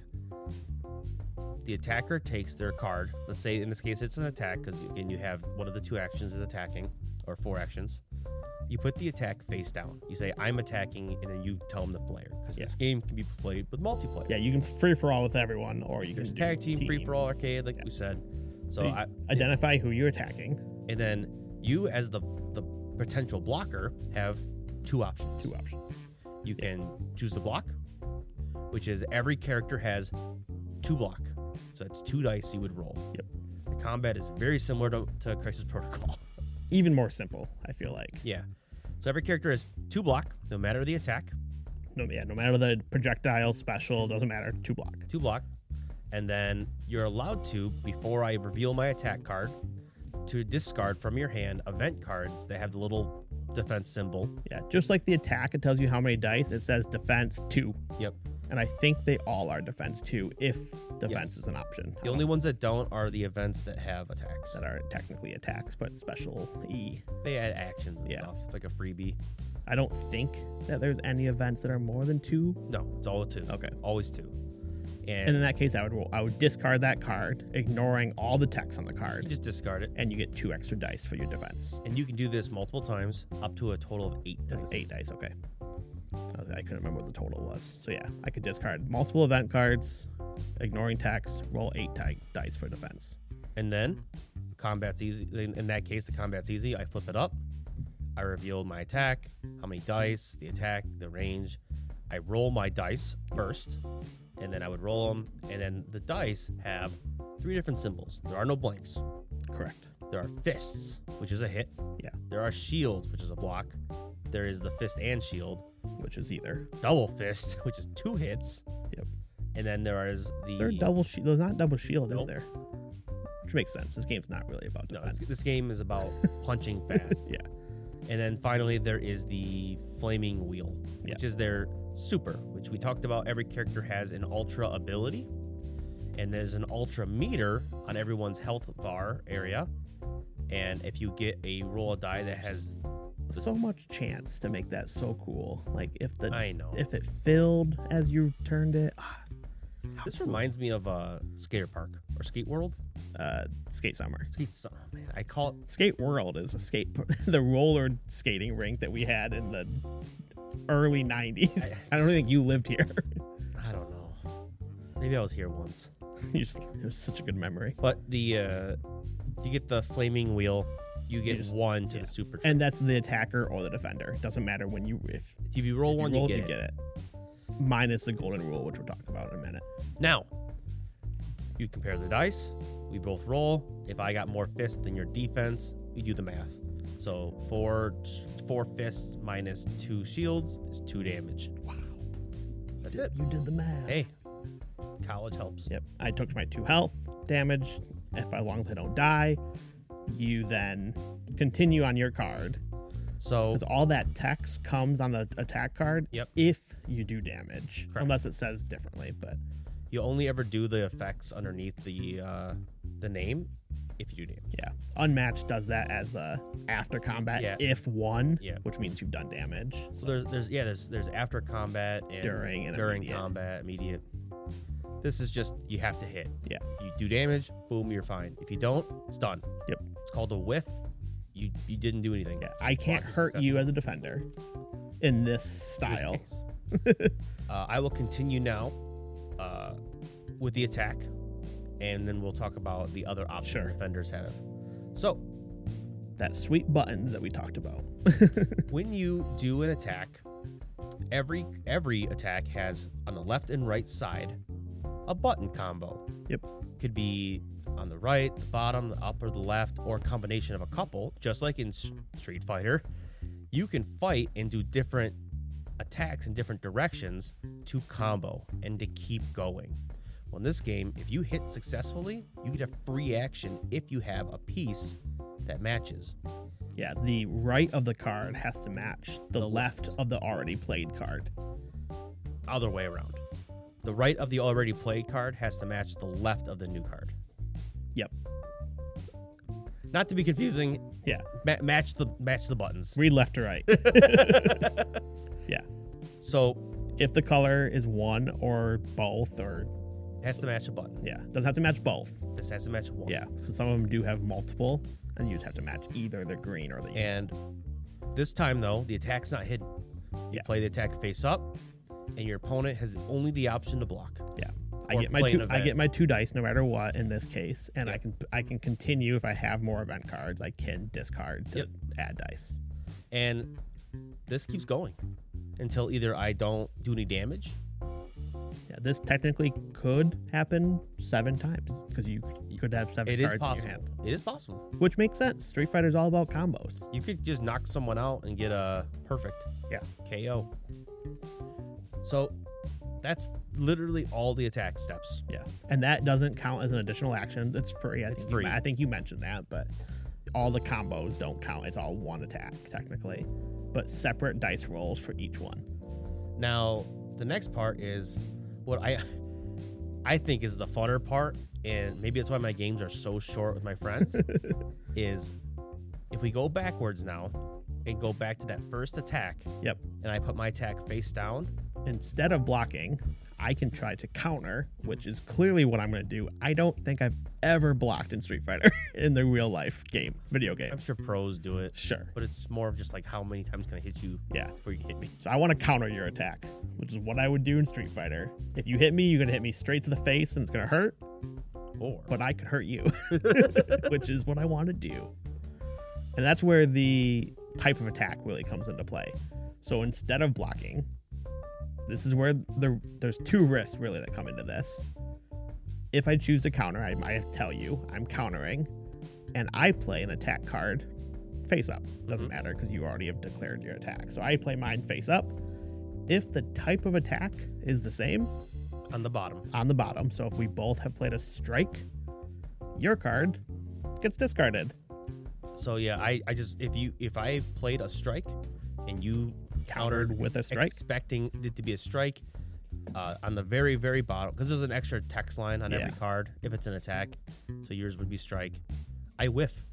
[SPEAKER 2] the attacker takes their card. Let's say in this case it's an attack because again you have one of the two actions is attacking or four actions. You put the attack face down. You say I'm attacking, and then you tell them the player because
[SPEAKER 1] Yeah.
[SPEAKER 2] this game can be played with multiplayer.
[SPEAKER 1] Yeah, you can free for all with everyone, or you
[SPEAKER 2] There's
[SPEAKER 1] can do
[SPEAKER 2] tag team, free for all
[SPEAKER 1] teams.
[SPEAKER 2] arcade, like
[SPEAKER 1] Yeah.
[SPEAKER 2] we said. So,
[SPEAKER 1] So you-
[SPEAKER 2] I,
[SPEAKER 1] Identify who you're attacking.
[SPEAKER 2] and then you as the the potential blocker have two options.
[SPEAKER 1] Two options.
[SPEAKER 2] You can choose the block, which is every character has two block. So that's two dice you would roll.
[SPEAKER 1] Yep.
[SPEAKER 2] The combat is very similar to, to Crisis Protocol.
[SPEAKER 1] Even more simple, I feel like.
[SPEAKER 2] yeah. So every character has two block, no matter the attack,
[SPEAKER 1] No, yeah, no matter the projectile, special, doesn't matter. Two block.
[SPEAKER 2] two block. And then you're allowed to, before I reveal my attack card, to discard from your hand event cards that have the little defense symbol.
[SPEAKER 1] Yeah, just like the attack, it tells you how many dice. It says defense two,
[SPEAKER 2] Yep.
[SPEAKER 1] and I think they all are defense two if defense
[SPEAKER 2] Yes.
[SPEAKER 1] is an option.
[SPEAKER 2] The only ones that don't are the events that have attacks.
[SPEAKER 1] that are technically attacks, but special E.
[SPEAKER 2] They add actions and
[SPEAKER 1] Yeah.
[SPEAKER 2] stuff. It's like a freebie.
[SPEAKER 1] I don't think that there's any events that are more than two.
[SPEAKER 2] No, it's all a two.
[SPEAKER 1] Okay.
[SPEAKER 2] Always two.
[SPEAKER 1] And in
[SPEAKER 2] And,
[SPEAKER 1] that case, I would roll, I would discard that card, ignoring all the text on the
[SPEAKER 2] you
[SPEAKER 1] card,
[SPEAKER 2] just discard it.
[SPEAKER 1] and you get two extra dice for your defense.
[SPEAKER 2] And you can do this multiple times, up to a total of eight dice.
[SPEAKER 1] Eight dice, okay. I was- I couldn't remember what the total was. So yeah, I could discard multiple event cards, ignoring text, roll eight ti- dice for defense.
[SPEAKER 2] And then combat's easy. In, in that case, the combat's easy. I flip it up. I reveal my attack, how many dice, the attack, the range. I roll my dice first, and then I would roll them. And then the dice have three different symbols. There are no blanks.
[SPEAKER 1] Correct.
[SPEAKER 2] There are fists, which is a hit.
[SPEAKER 1] Yeah.
[SPEAKER 2] There are shields, which is a block. There is the fist and shield.
[SPEAKER 1] Which is either.
[SPEAKER 2] double fist, which is two hits.
[SPEAKER 1] Yep.
[SPEAKER 2] And then there is the
[SPEAKER 1] Is there a double shield? There's not double shield, is
[SPEAKER 2] Nope.
[SPEAKER 1] there? Which makes sense. This game's not really about
[SPEAKER 2] No, this,
[SPEAKER 1] defense.
[SPEAKER 2] this game is about punching fast.
[SPEAKER 1] Yeah.
[SPEAKER 2] And then finally there is the flaming wheel,
[SPEAKER 1] Yeah.
[SPEAKER 2] which is their super, which we talked about. Every character has an ultra ability, and there's an ultra meter on everyone's health bar area. And if you get a roll of die that has,
[SPEAKER 1] so much chance to make that so cool. Like if the
[SPEAKER 2] I know.
[SPEAKER 1] if it filled as you turned it, ah,
[SPEAKER 2] This reminds me of uh, Skater Park or Skate World.
[SPEAKER 1] uh, skate summer.
[SPEAKER 2] Skate, oh man, I call it
[SPEAKER 1] Skate World is a skate the roller skating rink that we had in the early '90s. I don't think you lived here.
[SPEAKER 2] I don't know. Maybe I was here once.
[SPEAKER 1] you just, it was such a good memory.
[SPEAKER 2] But the uh, you get the flaming wheel. You get
[SPEAKER 1] just-
[SPEAKER 2] one to
[SPEAKER 1] yeah.
[SPEAKER 2] the super.
[SPEAKER 1] And that's the attacker or the defender. It doesn't matter when you if
[SPEAKER 2] if you roll
[SPEAKER 1] you
[SPEAKER 2] one,
[SPEAKER 1] roll,
[SPEAKER 2] you, get, it.
[SPEAKER 1] Minus the golden rule, which we'll talk about in a minute.
[SPEAKER 2] Now, you compare the dice. We both roll. If I got more fists than your defense, we do the math. So four four fists minus two shields is two damage. Wow, that's it.
[SPEAKER 1] You did the math.
[SPEAKER 2] Hey, college helps.
[SPEAKER 1] Yep. I took my two health damage. If as long as I don't die, you then continue on your card
[SPEAKER 2] So
[SPEAKER 1] because all that text comes on the attack card.
[SPEAKER 2] Yep.
[SPEAKER 1] If you do damage,
[SPEAKER 2] Correct.
[SPEAKER 1] unless it says differently, but
[SPEAKER 2] you only ever do the effects underneath the uh, the name if you do damage.
[SPEAKER 1] yeah, unmatched does that as a after combat
[SPEAKER 2] Yeah.
[SPEAKER 1] if one,
[SPEAKER 2] Yeah.
[SPEAKER 1] which means you've done damage.
[SPEAKER 2] So there's there's yeah there's there's after combat and
[SPEAKER 1] During and
[SPEAKER 2] during
[SPEAKER 1] immediate.
[SPEAKER 2] combat immediate. This is just you have to hit.
[SPEAKER 1] Yeah.
[SPEAKER 2] You do damage, boom, you're fine. If you don't, it's done.
[SPEAKER 1] Yep.
[SPEAKER 2] It's called a whiff. You you didn't do anything.
[SPEAKER 1] Yeah, I can't
[SPEAKER 2] Block is
[SPEAKER 1] hurt you as a defender in this style.
[SPEAKER 2] In this case. uh, I will continue now uh, with the attack, and then we'll talk about the other options
[SPEAKER 1] Sure.
[SPEAKER 2] defenders have. So
[SPEAKER 1] That sweet buttons that we talked about.
[SPEAKER 2] when you do an attack every every attack has on the left and right side a button combo
[SPEAKER 1] Yep.
[SPEAKER 2] could be on the right the bottom the upper the left or a combination of a couple just like in S- street fighter you can fight and do different attacks in different directions to combo and to keep going well in this game if you hit successfully you get a free action if you have a piece that matches
[SPEAKER 1] Yeah, the right of the card has to match the,
[SPEAKER 2] The
[SPEAKER 1] left of the already played card.
[SPEAKER 2] Other way around. The right of the already played card has to match the left of the new card.
[SPEAKER 1] Yep.
[SPEAKER 2] Not to be confusing.
[SPEAKER 1] Yeah.
[SPEAKER 2] Ma- match the match the buttons.
[SPEAKER 1] Read left to right.
[SPEAKER 2] So
[SPEAKER 1] if the color is one or both, or
[SPEAKER 2] has to match a button.
[SPEAKER 1] yeah, doesn't have to match both.
[SPEAKER 2] This has to match one.
[SPEAKER 1] Yeah, so some of them do have multiple, and you'd have to match either the green or the yellow.
[SPEAKER 2] And this time though, the attack's not hidden. You
[SPEAKER 1] Yeah.
[SPEAKER 2] play the attack face up, and your opponent has only the option to block.
[SPEAKER 1] I
[SPEAKER 2] or
[SPEAKER 1] get my
[SPEAKER 2] play an
[SPEAKER 1] two, I
[SPEAKER 2] event.
[SPEAKER 1] get my two dice no matter what in this case, and I
[SPEAKER 2] Yep.
[SPEAKER 1] can I can continue if I have more event cards. I can discard to
[SPEAKER 2] Yep.
[SPEAKER 1] add dice.
[SPEAKER 2] And this keeps going until either I don't do any damage.
[SPEAKER 1] Yeah, this technically could happen seven times because you could have seven
[SPEAKER 2] It is
[SPEAKER 1] cards in your
[SPEAKER 2] possible.
[SPEAKER 1] hand,
[SPEAKER 2] It is possible.
[SPEAKER 1] which makes sense. Street Fighter's all about combos.
[SPEAKER 2] You could just knock someone out and get a perfect
[SPEAKER 1] Yeah.
[SPEAKER 2] KO. So that's literally all the attack steps.
[SPEAKER 1] Yeah, and that doesn't count as an additional action. It's free. I
[SPEAKER 2] It's
[SPEAKER 1] think you
[SPEAKER 2] free.
[SPEAKER 1] ma- I think you mentioned that, but all the combos don't count. It's all one attack technically, but separate dice rolls for each one.
[SPEAKER 2] Now, the next part is what I I think is the funner part, and maybe that's why my games are so short with my friends. is if we go backwards now and go back to that first attack.
[SPEAKER 1] Yep.
[SPEAKER 2] And I put my attack face down.
[SPEAKER 1] instead of blocking, I can try to counter, which is clearly what I'm going to do. I don't think I've ever blocked in Street Fighter in the real life game, video game.
[SPEAKER 2] I'm sure pros do it,
[SPEAKER 1] Sure.
[SPEAKER 2] but it's more of just like how many times can I hit you
[SPEAKER 1] Yeah.
[SPEAKER 2] before you hit me?
[SPEAKER 1] So I want to counter your attack, which is what I would do in Street Fighter. If you hit me, you're going to hit me straight to the face and it's going to hurt,
[SPEAKER 2] Or
[SPEAKER 1] but I could hurt you, which is what I want to do. And that's where the type of attack really comes into play. So instead of blocking, this is where the, there's two risks really that come into this. If I choose to counter, I might tell you I'm countering, and I play an attack card face up. Doesn't
[SPEAKER 2] Mhm.
[SPEAKER 1] matter because you already have declared your attack. So I play mine face up. If the type of attack is the same,
[SPEAKER 2] on the bottom.
[SPEAKER 1] on the bottom. So if we both have played a strike, your card gets discarded.
[SPEAKER 2] So yeah, I, I just if you if I played a strike and you countered
[SPEAKER 1] Countered with a strike.
[SPEAKER 2] expecting it to be a strike uh, on the very very bottom because there's an extra text line on every
[SPEAKER 1] Yeah.
[SPEAKER 2] card if it's an attack so yours would be strike i whiff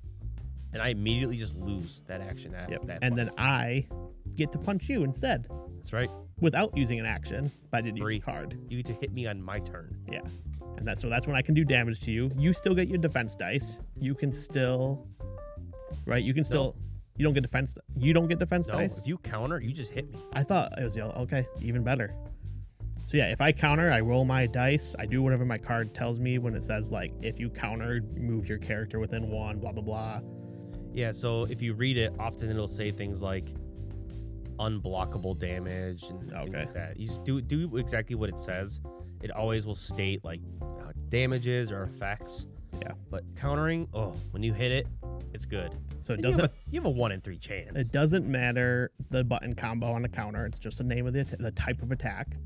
[SPEAKER 2] and i immediately just lose that action at
[SPEAKER 1] Yep.
[SPEAKER 2] that
[SPEAKER 1] And
[SPEAKER 2] point.
[SPEAKER 1] then I get to punch you instead
[SPEAKER 2] that's right
[SPEAKER 1] without using an action, but I did use
[SPEAKER 2] Free.
[SPEAKER 1] a card.
[SPEAKER 2] you get to hit me on my turn
[SPEAKER 1] Yeah. And that's so that's when I can do damage to you. You still get your defense dice. You can still right, you can still you don't get defense you don't get defense
[SPEAKER 2] no
[SPEAKER 1] dice.
[SPEAKER 2] if you counter you just hit me
[SPEAKER 1] I thought it was yellow. Okay, even better. So yeah, if I counter, I roll my dice. I do whatever my card tells me when it says like if you counter, move your character within one, blah blah blah.
[SPEAKER 2] yeah so if you read it often it'll say things like unblockable damage and things
[SPEAKER 1] Okay.
[SPEAKER 2] like that you just do do exactly what it says it always will state like uh, damages or effects
[SPEAKER 1] Yeah.
[SPEAKER 2] but countering oh when you hit it it's good
[SPEAKER 1] So it
[SPEAKER 2] And you have
[SPEAKER 1] doesn't
[SPEAKER 2] a- you have a one in three chance.
[SPEAKER 1] it doesn't matter the button combo on the counter. It's just the name of the atta- the type of attack.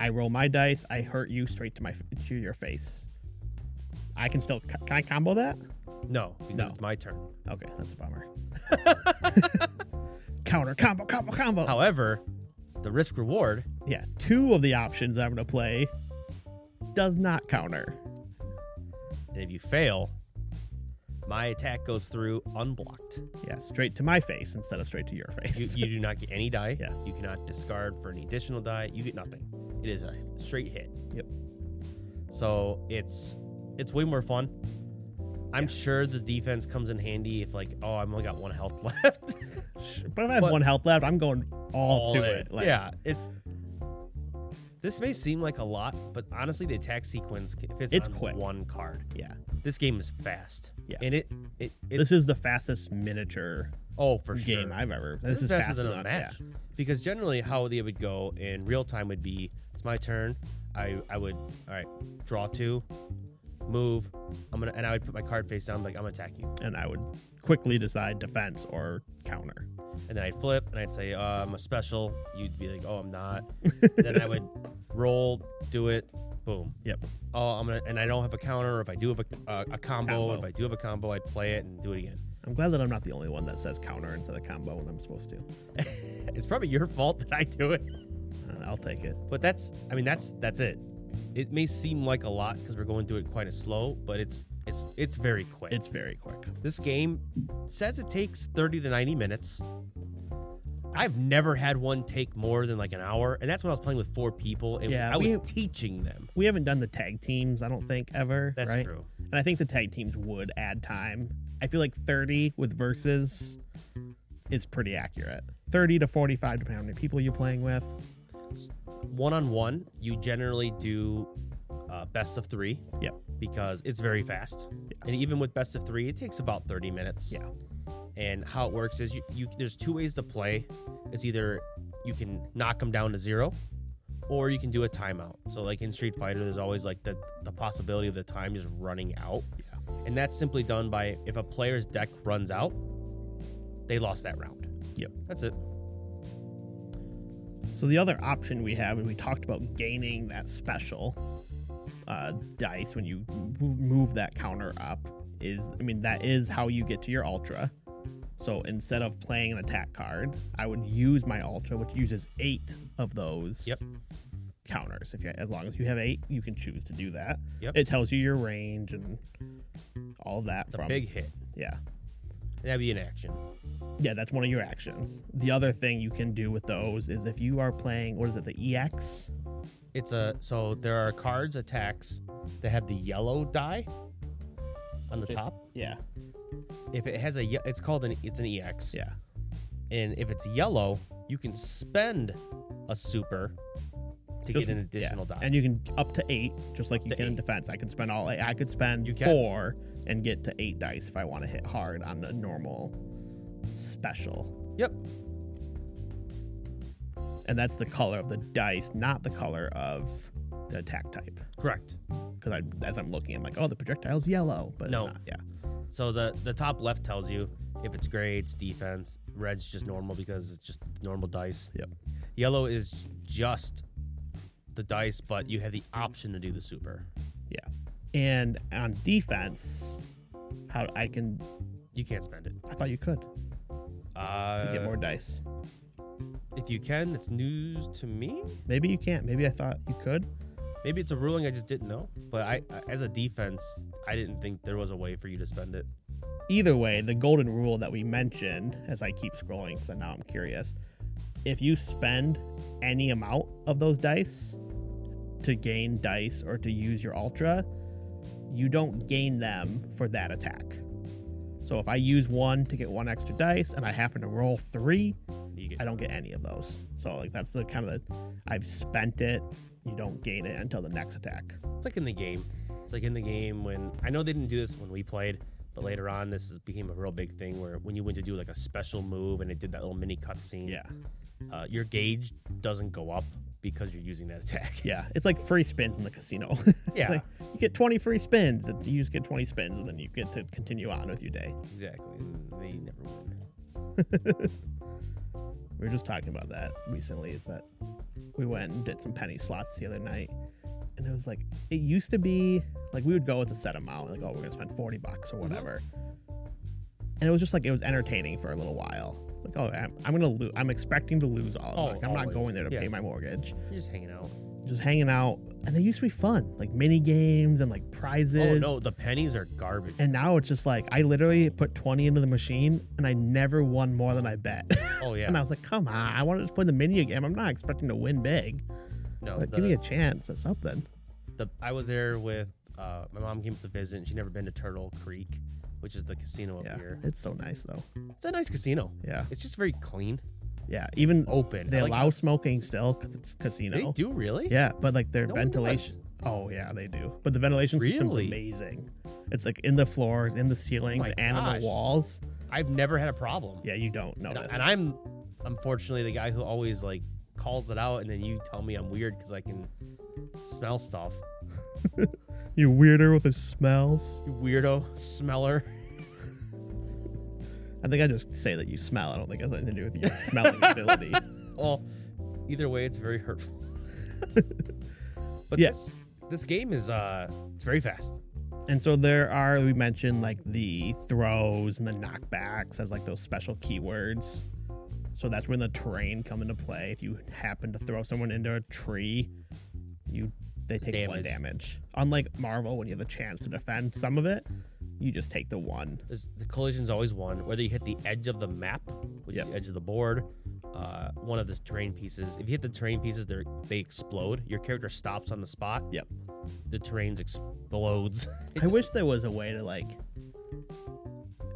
[SPEAKER 1] I roll my dice. I hurt you straight to my f- to your face. I can still c- can I combo that?
[SPEAKER 2] no, because
[SPEAKER 1] No.
[SPEAKER 2] it's my turn.
[SPEAKER 1] Okay, that's a bummer. counter combo combo combo.
[SPEAKER 2] However, the risk reward,
[SPEAKER 1] Yeah, two of the options I'm gonna play does not counter.
[SPEAKER 2] and if you fail, my attack goes through unblocked.
[SPEAKER 1] Yeah, straight to my face instead of straight to your
[SPEAKER 2] You,
[SPEAKER 1] face.
[SPEAKER 2] you do not get any die.
[SPEAKER 1] Yeah.
[SPEAKER 2] You cannot discard for any additional die. You get nothing. It is a straight hit.
[SPEAKER 1] Yep.
[SPEAKER 2] So it's it's way more fun. I'm sure the defense comes in handy if like, oh, I've only got one health left.
[SPEAKER 1] but if I have
[SPEAKER 2] but-
[SPEAKER 1] one health left, I'm going all,
[SPEAKER 2] all
[SPEAKER 1] to
[SPEAKER 2] in.
[SPEAKER 1] it. Like,
[SPEAKER 2] yeah, it's. This may seem like a lot, but honestly, the attack sequence if it's,
[SPEAKER 1] It's
[SPEAKER 2] on
[SPEAKER 1] quick.
[SPEAKER 2] one card.
[SPEAKER 1] yeah.
[SPEAKER 2] This game is fast.
[SPEAKER 1] Yeah.
[SPEAKER 2] and it it, it
[SPEAKER 1] This is the fastest miniature
[SPEAKER 2] oh for
[SPEAKER 1] game
[SPEAKER 2] sure.
[SPEAKER 1] I've ever.
[SPEAKER 2] this,
[SPEAKER 1] This, is
[SPEAKER 2] faster
[SPEAKER 1] faster
[SPEAKER 2] than a
[SPEAKER 1] than-
[SPEAKER 2] match because generally how they would go in real time would be it's my turn. I I would all right draw two, move. I'm gonna and I would put my card face down like I'm gonna attack you,
[SPEAKER 1] yeah. And I would quickly decide defense or counter.
[SPEAKER 2] and then I'd flip and I'd say uh, I'm a special. You'd be like oh I'm not. then I would roll, do it, boom.
[SPEAKER 1] Yep.
[SPEAKER 2] oh, I'm gonna, and I don't have a counter, or if I do have a, uh, a combo,
[SPEAKER 1] Combo.
[SPEAKER 2] if I do have a combo, I'd play it and do it again.
[SPEAKER 1] I'm glad that I'm not the only one that says counter instead of combo when I'm supposed to.
[SPEAKER 2] It's probably your fault that I do it,
[SPEAKER 1] Uh, I'll take it.
[SPEAKER 2] but that's, I mean, that's that's it. It may seem like a lot because we're going through it quite as slow, but it's it's it's very quick.
[SPEAKER 1] It's very quick.
[SPEAKER 2] This game says it takes 30 to 90 minutes. I've never had one take more than like an hour, and that's when I was playing with four people, and
[SPEAKER 1] Yeah,
[SPEAKER 2] I was
[SPEAKER 1] we-
[SPEAKER 2] teaching them.
[SPEAKER 1] We haven't done the tag teams, I don't think, ever.
[SPEAKER 2] That's
[SPEAKER 1] right?
[SPEAKER 2] true.
[SPEAKER 1] And I think the tag teams would add time. I feel like 30 with verses is pretty accurate. 30 to 45, depending on how many people you're playing with.
[SPEAKER 2] One on one, you generally do uh, best of three.
[SPEAKER 1] Yep.
[SPEAKER 2] Because it's very fast,
[SPEAKER 1] Yeah.
[SPEAKER 2] and even with best of three, it takes about 30 minutes.
[SPEAKER 1] Yeah.
[SPEAKER 2] And how it works is you, you there's two ways to play. It's either you can knock them down to zero, or you can do a timeout. So like in Street Fighter, there's always like the the possibility of the time just running out.
[SPEAKER 1] Yeah.
[SPEAKER 2] And that's simply done by if a player's deck runs out, they lost that round.
[SPEAKER 1] Yep.
[SPEAKER 2] That's it.
[SPEAKER 1] So the other option we have, and we talked about gaining that special uh, dice when you m- move that counter up, is I mean that is how you get to your ultra. So instead of playing an attack card, I would use my ultra, which uses eight of those
[SPEAKER 2] Yep.
[SPEAKER 1] counters. If you, as long as you have eight, you can choose to do that.
[SPEAKER 2] Yep.
[SPEAKER 1] It tells you your range and all that
[SPEAKER 2] It's a
[SPEAKER 1] from
[SPEAKER 2] big hit.
[SPEAKER 1] yeah.
[SPEAKER 2] That'd be an action.
[SPEAKER 1] Yeah, that's one of your actions. The other thing you can do with those is if you are playing, what is it, the E EX?
[SPEAKER 2] It's a so there are cards attacks that have the yellow die on the
[SPEAKER 1] Okay.
[SPEAKER 2] top.
[SPEAKER 1] Yeah,
[SPEAKER 2] If it has a ye- it's called an it's an E EX.
[SPEAKER 1] yeah.
[SPEAKER 2] And if it's yellow, you can spend a super to
[SPEAKER 1] Just-
[SPEAKER 2] get an
[SPEAKER 1] yeah.
[SPEAKER 2] additional die.
[SPEAKER 1] And you can up to eight, just like you
[SPEAKER 2] To
[SPEAKER 1] can in
[SPEAKER 2] eight.
[SPEAKER 1] defense. I can spend all eight. I could spend
[SPEAKER 2] You can.
[SPEAKER 1] four and get to eight dice if I want to hit hard on a normal special.
[SPEAKER 2] Yep.
[SPEAKER 1] And that's the color of the dice, not the color of the attack type.
[SPEAKER 2] Correct.
[SPEAKER 1] Because I, as I'm looking, I'm like, oh, the projectile's yellow, but it's
[SPEAKER 2] No.
[SPEAKER 1] not. yeah,
[SPEAKER 2] So the the top left tells you if it's gray, it's defense. Red's just normal because it's just normal dice.
[SPEAKER 1] Yep.
[SPEAKER 2] Yellow is just the dice, but you have the option to do the super.
[SPEAKER 1] And on defense, how I can,
[SPEAKER 2] You can't spend it.
[SPEAKER 1] I thought you could
[SPEAKER 2] Uh,
[SPEAKER 1] You get more dice.
[SPEAKER 2] If you can, it's news to me.
[SPEAKER 1] Maybe you can't. Maybe I thought you could.
[SPEAKER 2] Maybe it's a ruling I just didn't know. But I, as a defense, I didn't think there was a way for you to spend it.
[SPEAKER 1] either way, the golden rule that we mentioned, as I keep scrolling because now I'm curious, if you spend any amount of those dice to gain dice or to use your ultra, you don't gain them for that attack. So if I use one to get one extra dice and I happen to roll three,
[SPEAKER 2] You get
[SPEAKER 1] I don't get any of those. So like that's the kind of the I've spent it. You don't gain it until the next attack.
[SPEAKER 2] It's like in the game. It's like in the game when I know they didn't do this when we played, but later on this is, became a real big thing where when you went to do like a special move and it did that little mini cutscene,
[SPEAKER 1] Yeah.
[SPEAKER 2] uh, your gauge doesn't go up because you're using that attack.
[SPEAKER 1] Yeah. It's like free spins in the casino.
[SPEAKER 2] yeah,
[SPEAKER 1] Like, you get 20 free spins. and You just get 20 spins, and then you get to continue on with your day.
[SPEAKER 2] exactly. They never win.
[SPEAKER 1] We were just talking about that recently. Is that we went and did some penny slots the other night, and it was like it used to be like we would go with a set amount, like oh we're gonna spend 40 bucks or whatever, and it was just like it was entertaining for a little while. Like oh I'm, I'm gonna lose. I'm expecting to lose all. Of
[SPEAKER 2] Oh,
[SPEAKER 1] it. Like, I'm not
[SPEAKER 2] always.
[SPEAKER 1] going there to
[SPEAKER 2] Yeah.
[SPEAKER 1] pay my mortgage.
[SPEAKER 2] You're just hanging out. Oh,
[SPEAKER 1] Just hanging out, and they used to be fun, like mini games and like prizes.
[SPEAKER 2] Oh no, the pennies are garbage.
[SPEAKER 1] And now it's just like I literally put 20 into the machine and I never won more than I bet.
[SPEAKER 2] Oh yeah,
[SPEAKER 1] and I was like, come on, I want to just play the mini game. I'm not expecting to win big.
[SPEAKER 2] no.
[SPEAKER 1] But
[SPEAKER 2] the,
[SPEAKER 1] give me a chance at something.
[SPEAKER 2] the, I was there with uh, my mom came up to visit. and She'd never been to Turtle Creek, which is the casino up
[SPEAKER 1] Yeah.
[SPEAKER 2] here.
[SPEAKER 1] It's so nice though.
[SPEAKER 2] It's a nice casino.
[SPEAKER 1] Yeah.
[SPEAKER 2] It's just very clean,
[SPEAKER 1] Yeah. Even
[SPEAKER 2] open.
[SPEAKER 1] they
[SPEAKER 2] Oh, I like
[SPEAKER 1] allow smoking still because it's casino.
[SPEAKER 2] They do really?
[SPEAKER 1] Yeah. But like their
[SPEAKER 2] No one
[SPEAKER 1] ventilation. Oh, yeah, they do. But the ventilation system's
[SPEAKER 2] Really? Oh
[SPEAKER 1] amazing. It's like in the floors, in the ceilings,
[SPEAKER 2] my
[SPEAKER 1] and on
[SPEAKER 2] gosh.
[SPEAKER 1] the walls.
[SPEAKER 2] I've never had a problem.
[SPEAKER 1] Yeah, you don't
[SPEAKER 2] And, I-
[SPEAKER 1] notice.
[SPEAKER 2] and I'm unfortunately the guy who always like calls it out and then you tell me I'm weird because I can smell stuff.
[SPEAKER 1] you weirder with the smells.
[SPEAKER 2] You weirdo smeller.
[SPEAKER 1] I think I just say that you smell. I don't think it has anything to do with your smelling ability.
[SPEAKER 2] Well, either way, it's very hurtful. but
[SPEAKER 1] Yeah.
[SPEAKER 2] this this game is uh it's very fast.
[SPEAKER 1] And so there are we mentioned like the throws and the knockbacks as like those special keywords. So that's when the terrain come into play. If you happen to throw someone into a tree, you they take one
[SPEAKER 2] Damage.
[SPEAKER 1] damage. Unlike Marvel, when you have a chance to defend some of it, you just take the one.
[SPEAKER 2] There's, the collision's always one. Whether you hit the edge of the map, which
[SPEAKER 1] Yep.
[SPEAKER 2] is the edge of the board, uh, one of the terrain pieces. If you hit the terrain pieces, they they explode. Your character stops on the spot.
[SPEAKER 1] Yep.
[SPEAKER 2] The terrain's explodes.
[SPEAKER 1] I wish there was a way to like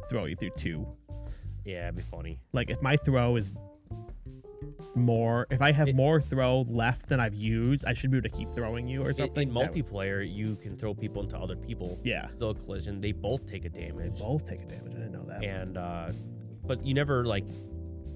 [SPEAKER 1] throw you through two.
[SPEAKER 2] yeah, it'd be funny.
[SPEAKER 1] Like if my throw is more, if I have
[SPEAKER 2] It-
[SPEAKER 1] more throw left than I've used, I should be able to keep throwing you or
[SPEAKER 2] In-
[SPEAKER 1] something.
[SPEAKER 2] in
[SPEAKER 1] That would-
[SPEAKER 2] multiplayer, you can throw people into other people.
[SPEAKER 1] Yeah.
[SPEAKER 2] Still a collision. They both take a damage.
[SPEAKER 1] both take a damage. I didn't know that.
[SPEAKER 2] and uh but you never like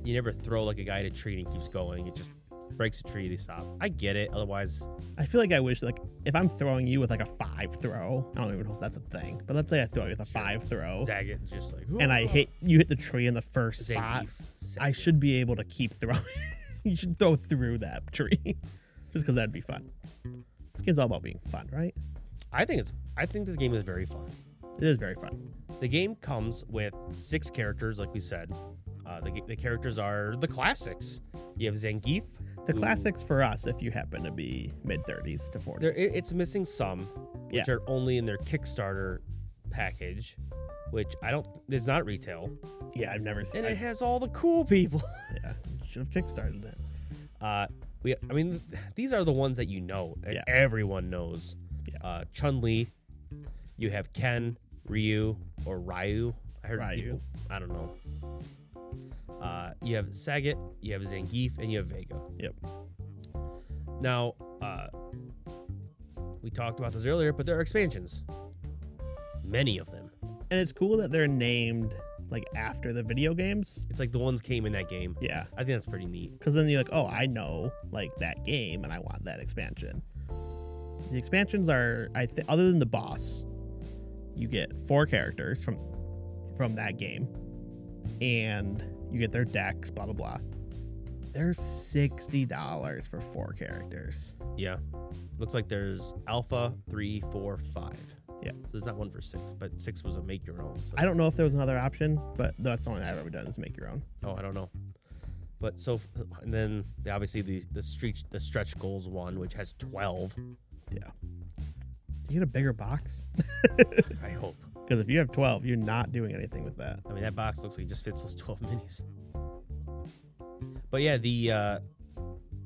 [SPEAKER 2] you never throw like a guy at a tree and he keeps going it just breaks a tree they stop i get it otherwise
[SPEAKER 1] I feel like I wish like if I'm throwing you with like a five throw, I don't even know if that's a thing, but let's say I throw you with a
[SPEAKER 2] Sure.
[SPEAKER 1] five throw,
[SPEAKER 2] zag it it's just like
[SPEAKER 1] and I hit you hit the tree in the first
[SPEAKER 2] Zag
[SPEAKER 1] spot.
[SPEAKER 2] leaf, zag
[SPEAKER 1] I
[SPEAKER 2] it.
[SPEAKER 1] should be able to keep throwing. you should throw through that tree, just because that'd be fun. This game's all about being fun, right?
[SPEAKER 2] i think it's i think this game is very fun
[SPEAKER 1] It is very fun.
[SPEAKER 2] the game comes with six characters like we said uh the, the characters are the classics you have zangief
[SPEAKER 1] The
[SPEAKER 2] who-
[SPEAKER 1] classics for us, if you happen to be mid 30s to 40s.
[SPEAKER 2] there it, it's missing some which
[SPEAKER 1] Yeah.
[SPEAKER 2] are only in their kickstarter package which i don't it's not retail
[SPEAKER 1] yeah, I've never seen
[SPEAKER 2] and it
[SPEAKER 1] it.
[SPEAKER 2] has all the cool people
[SPEAKER 1] Yeah, should have kickstarted it.
[SPEAKER 2] Uh, we, I mean, these are the ones that you know. and
[SPEAKER 1] Yeah.
[SPEAKER 2] Everyone knows.
[SPEAKER 1] Yeah.
[SPEAKER 2] Uh, Chun Li. You have Ken, Ryu, or Ryu. I heard
[SPEAKER 1] Ryu.
[SPEAKER 2] people- I don't know. Uh, you have Sagat, you have Zangief, and you have Vega.
[SPEAKER 1] Yep.
[SPEAKER 2] Now, uh, we talked about this earlier, but there are expansions. Many of them.
[SPEAKER 1] And it's cool that they're named like after the video games.
[SPEAKER 2] It's like the ones came in that game.
[SPEAKER 1] Yeah.
[SPEAKER 2] I think that's pretty neat.
[SPEAKER 1] Because then you're like, oh, I know like that game, and I want that expansion. The expansions are, I think, other than the boss, you get four characters from from that game, and you get their decks, blah blah blah. They're sixty dollars for four characters.
[SPEAKER 2] Yeah. Looks like there's alpha three, four, five.
[SPEAKER 1] Yeah.
[SPEAKER 2] So there's not one for six, but six was a make your own. So
[SPEAKER 1] I don't know if there was another option, but that's the only I've ever done is make your own.
[SPEAKER 2] oh, I don't know. But so and then the, obviously the the stretch the stretch goals one, which has twelve.
[SPEAKER 1] Do you get a bigger box?
[SPEAKER 2] I hope.
[SPEAKER 1] Because if you have twelve, you're not doing anything with that.
[SPEAKER 2] I mean that box looks like it just fits those twelve minis. But yeah, the uh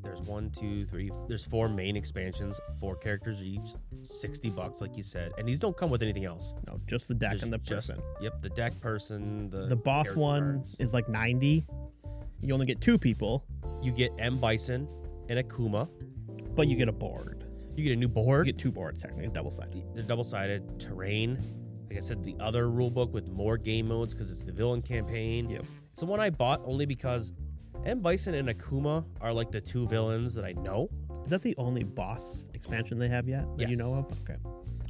[SPEAKER 2] there's one, two, three. There's four main expansions, four characters each, sixty bucks, like you said, and these don't come with anything else.
[SPEAKER 1] No, just the deck
[SPEAKER 2] There's
[SPEAKER 1] and the
[SPEAKER 2] just-
[SPEAKER 1] person.
[SPEAKER 2] Yep, the deck person, the
[SPEAKER 1] the boss
[SPEAKER 2] character
[SPEAKER 1] one
[SPEAKER 2] cards.
[SPEAKER 1] is like 90 you only get two people
[SPEAKER 2] you get M Bison and Akuma.
[SPEAKER 1] but you get a board
[SPEAKER 2] You get a new board.
[SPEAKER 1] you get two boards technically double sided
[SPEAKER 2] They're double sided terrain. Like I said, the other rule book with more game modes because it's the villain campaign.
[SPEAKER 1] Yep.
[SPEAKER 2] It's the one I bought only because M Bison and Akuma are like the two villains that I know.
[SPEAKER 1] is that the only boss expansion they have yet that you
[SPEAKER 2] Yes.
[SPEAKER 1] know of okay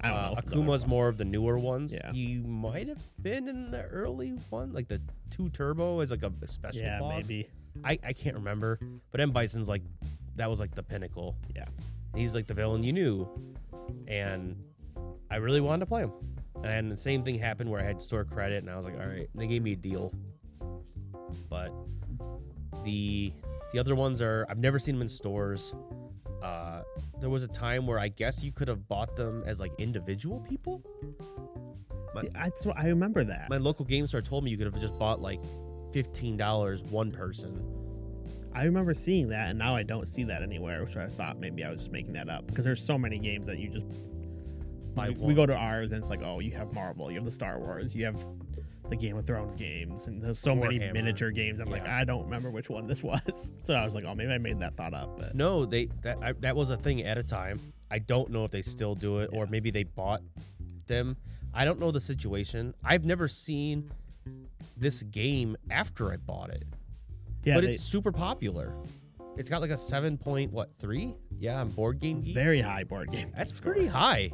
[SPEAKER 1] i don't
[SPEAKER 2] Uh,
[SPEAKER 1] know if the other
[SPEAKER 2] Akuma's more of
[SPEAKER 1] bosses-
[SPEAKER 2] the newer ones.
[SPEAKER 1] Yeah.
[SPEAKER 2] He might have been in the early one, like the two turbo is like a, a special
[SPEAKER 1] yeah
[SPEAKER 2] boss.
[SPEAKER 1] maybe
[SPEAKER 2] I, I can't remember, but M Bison's like that was like the pinnacle.
[SPEAKER 1] Yeah.
[SPEAKER 2] He's like the villain you knew. And I really wanted to play him. And the same thing happened where I had store credit and I was like, all right, and they gave me a deal. But the the other ones are I've never seen them in stores. Uh there was a time where I guess you could have bought them as like individual people. My-
[SPEAKER 1] See, that's what i remember that
[SPEAKER 2] My local game store told me you could have just bought like $15 one person.
[SPEAKER 1] i remember seeing that and now i don't see that anywhere which i thought maybe i was just making that up because there's so many games that you just
[SPEAKER 2] Buy
[SPEAKER 1] we, we
[SPEAKER 2] one.
[SPEAKER 1] go to ours and it's like oh you have marvel you have the star wars you have the game of thrones games and there's so many
[SPEAKER 2] Warhammer.
[SPEAKER 1] miniature games i'm like
[SPEAKER 2] Yeah.
[SPEAKER 1] i don't remember which one this was so i was like oh maybe i made that thought up but
[SPEAKER 2] No, they that I, that was a thing at a time. I don't know if they still do it or
[SPEAKER 1] Yeah.
[SPEAKER 2] maybe they bought them. I don't know the situation. I've never seen this game after I bought it,
[SPEAKER 1] yeah
[SPEAKER 2] but
[SPEAKER 1] they-
[SPEAKER 2] it's super popular. It's got like a seven point what three? Yeah, on board game geek.
[SPEAKER 1] very high board game
[SPEAKER 2] That's
[SPEAKER 1] score.
[SPEAKER 2] pretty high.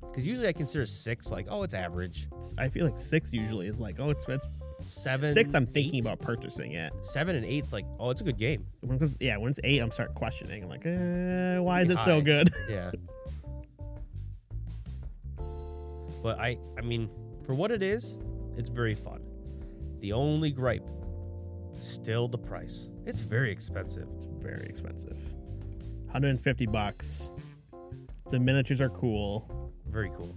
[SPEAKER 2] Because usually I consider six like oh it's average.
[SPEAKER 1] i feel like six usually is like oh it's, it's
[SPEAKER 2] Seven
[SPEAKER 1] six i'm thinking
[SPEAKER 2] eight?
[SPEAKER 1] about purchasing it
[SPEAKER 2] seven and eight's like oh it's a good game.
[SPEAKER 1] when it comes, yeah when it's eight i'm starting questioning i'm like eh, why is
[SPEAKER 2] pretty
[SPEAKER 1] it so
[SPEAKER 2] high.
[SPEAKER 1] good
[SPEAKER 2] Yeah. But I, I mean, for what it is, it's very fun. The only gripe, still the price. It's very expensive.
[SPEAKER 1] It's very expensive. 150 bucks. The miniatures are cool.
[SPEAKER 2] Very cool.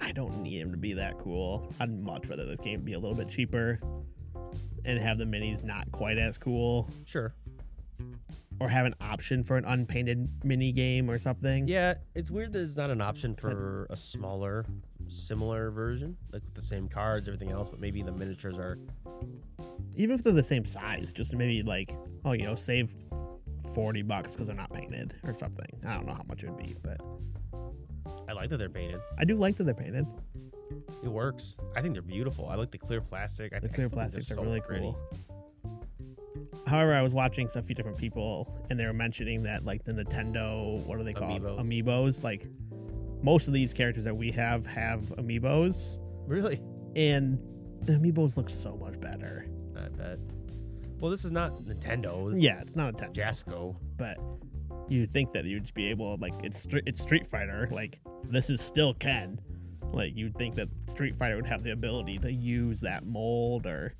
[SPEAKER 1] I don't need them to be that cool. I'd much rather this game be a little bit cheaper and have the minis not quite as cool
[SPEAKER 2] Sure.
[SPEAKER 1] or have an option for an unpainted mini game or something.
[SPEAKER 2] Yeah, it's weird that it's not an option for a smaller, similar version, like with the same cards, everything else, but maybe the miniatures are.
[SPEAKER 1] Even if they're the same size, just maybe like, oh, you know, save 40 bucks because they're not painted or something. I don't know how much it would be, but
[SPEAKER 2] I like that they're painted.
[SPEAKER 1] I do like that they're painted.
[SPEAKER 2] It works. I think they're beautiful. I like the clear plastic. I
[SPEAKER 1] The
[SPEAKER 2] think-
[SPEAKER 1] clear
[SPEAKER 2] I still think
[SPEAKER 1] plastics are
[SPEAKER 2] they're so
[SPEAKER 1] really
[SPEAKER 2] pretty.
[SPEAKER 1] cool. However, I was watching a few different people, and they were mentioning that like the Nintendo, what are they called?
[SPEAKER 2] Amiibos.
[SPEAKER 1] Amiibos. Like most of these characters that we have have amiibos,
[SPEAKER 2] Really?
[SPEAKER 1] and the amiibos look so much better.
[SPEAKER 2] I bet. Well, this is not Nintendo. This
[SPEAKER 1] Yeah,
[SPEAKER 2] is
[SPEAKER 1] it's not a Nintendo,
[SPEAKER 2] Jasco.
[SPEAKER 1] but you'd think that you'd just be able like it's Stre- it's Street Fighter. Like this is still Ken. Like you'd think that Street Fighter would have the ability to use that mold or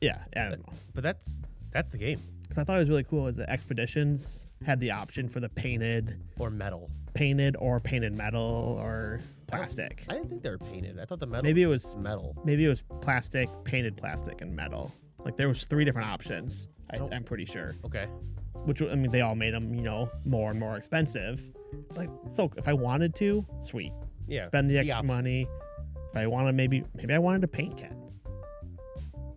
[SPEAKER 1] yeah, I don't know.
[SPEAKER 2] But that's that's the game.
[SPEAKER 1] because I thought it was really cool is that Expeditions had the option for the painted,
[SPEAKER 2] Or metal.
[SPEAKER 1] painted or painted metal or plastic.
[SPEAKER 2] I didn't think they were painted. I thought the metal.
[SPEAKER 1] Maybe it
[SPEAKER 2] was
[SPEAKER 1] was
[SPEAKER 2] metal.
[SPEAKER 1] maybe it was plastic, painted plastic, and metal. Like there was three different options. I,
[SPEAKER 2] Nope.
[SPEAKER 1] I'm pretty sure.
[SPEAKER 2] Okay.
[SPEAKER 1] Which I mean, they all made them you know more and more expensive. Like so, if I wanted to, sweet,
[SPEAKER 2] Yeah.
[SPEAKER 1] spend the extra
[SPEAKER 2] option.
[SPEAKER 1] money. If I wanted, maybe maybe I wanted to paint Ken,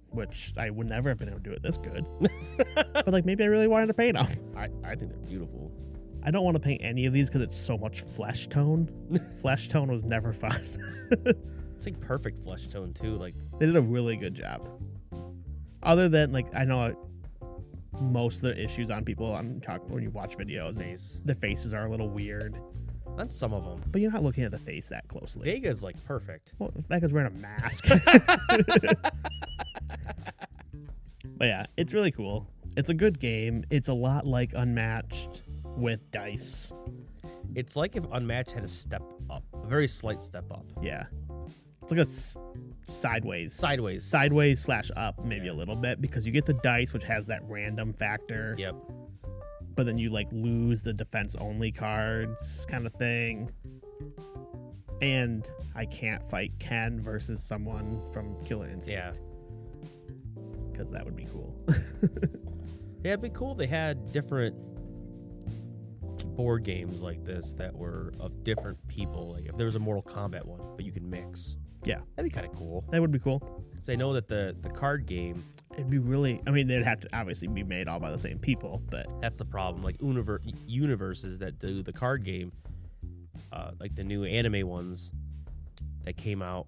[SPEAKER 1] which I would never have been able to do it this good. but like maybe I really wanted to paint him.
[SPEAKER 2] I, I think they're beautiful.
[SPEAKER 1] I don't want to paint any of these because it's so much flesh tone. flesh tone was never fun.
[SPEAKER 2] It's like perfect flesh tone too. Like
[SPEAKER 1] they did a really good job. Other than like I know most of the issues on people I'm talking when you watch videos, they-
[SPEAKER 2] face
[SPEAKER 1] the faces are a little weird,
[SPEAKER 2] on some of them.
[SPEAKER 1] but you're not looking at the face that closely.
[SPEAKER 2] Vega's like perfect.
[SPEAKER 1] well, Becca's wearing a mask. but yeah, it's really cool. It's a good game. It's a lot like Unmatched with dice.
[SPEAKER 2] It's like if Unmatched had a step up, a very slight step up,
[SPEAKER 1] Yeah, it's like a s- sideways.
[SPEAKER 2] sideways.
[SPEAKER 1] sideways slash up maybe a
[SPEAKER 2] Yeah.
[SPEAKER 1] little bit because you get the dice which has that random factor
[SPEAKER 2] Yep.
[SPEAKER 1] but then you like lose the defense only cards kind of thing and i can't fight ken versus someone from killer instinct
[SPEAKER 2] Yeah.
[SPEAKER 1] because that would be cool
[SPEAKER 2] Yeah, it'd be cool if they had different board games like this that were of different people. Like if there was a Mortal Kombat one, but you could mix.
[SPEAKER 1] Yeah.
[SPEAKER 2] That'd be kind of cool.
[SPEAKER 1] that would be cool
[SPEAKER 2] 'Cause they know that the the card game
[SPEAKER 1] it'd be really i mean they'd have to obviously be made all by the same people but
[SPEAKER 2] that's the problem. Like universe, universes that do the card game, uh, like the new anime ones that came out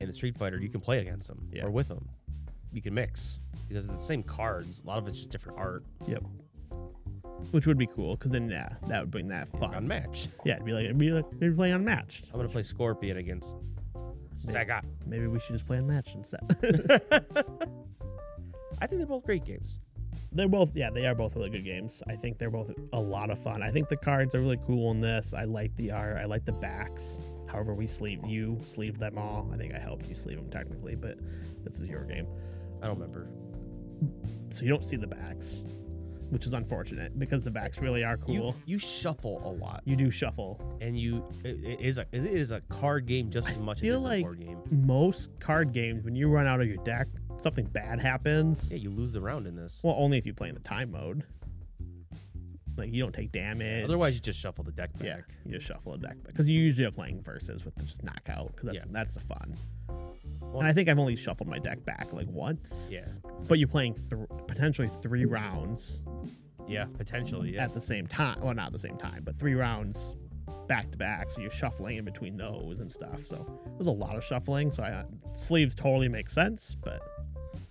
[SPEAKER 2] in the Street Fighter, you can play against them
[SPEAKER 1] Yeah.
[SPEAKER 2] or with them. You can mix because it's the same cards. A lot of it's just different art.
[SPEAKER 1] yep which would be cool because then yeah that would bring that fun
[SPEAKER 2] Unmatched.
[SPEAKER 1] yeah it'd be like it'd be like they'd play unmatched
[SPEAKER 2] I'm gonna play Scorpion against Sagat.
[SPEAKER 1] maybe we should just play unmatched instead
[SPEAKER 2] I think they're both great games.
[SPEAKER 1] they're both yeah they are both really good games i think they're both a lot of fun i think the cards are really cool in this i like the art i like the backs however we sleeve you sleeved them all i think i helped you sleeve them technically but this is your game
[SPEAKER 2] I don't remember.
[SPEAKER 1] so you don't see the backs which is unfortunate because the backs really are cool
[SPEAKER 2] You you shuffle a lot,
[SPEAKER 1] you, do shuffle
[SPEAKER 2] and you it, it is a it is a card game just as much as
[SPEAKER 1] feel
[SPEAKER 2] it is a
[SPEAKER 1] like-
[SPEAKER 2] board game.
[SPEAKER 1] most card games when you run out of your deck something bad happens
[SPEAKER 2] Yeah, you lose the round in this.
[SPEAKER 1] well only if you play in the time mode like you don't take damage
[SPEAKER 2] Otherwise, you just shuffle the deck back.
[SPEAKER 1] Yeah, you just shuffle a deck because you usually are playing versus with just knockout because that's
[SPEAKER 2] Yeah.
[SPEAKER 1] that's the fun.
[SPEAKER 2] Well-
[SPEAKER 1] and I think I've only shuffled my deck back like once.
[SPEAKER 2] Yeah.
[SPEAKER 1] but you're playing th- potentially three rounds
[SPEAKER 2] Yeah, potentially. Yeah.
[SPEAKER 1] at the same time. Well, not at the same time, but three rounds back to back. So you're shuffling in between those and stuff. So there's a lot of shuffling. So I, sleeves totally make sense, but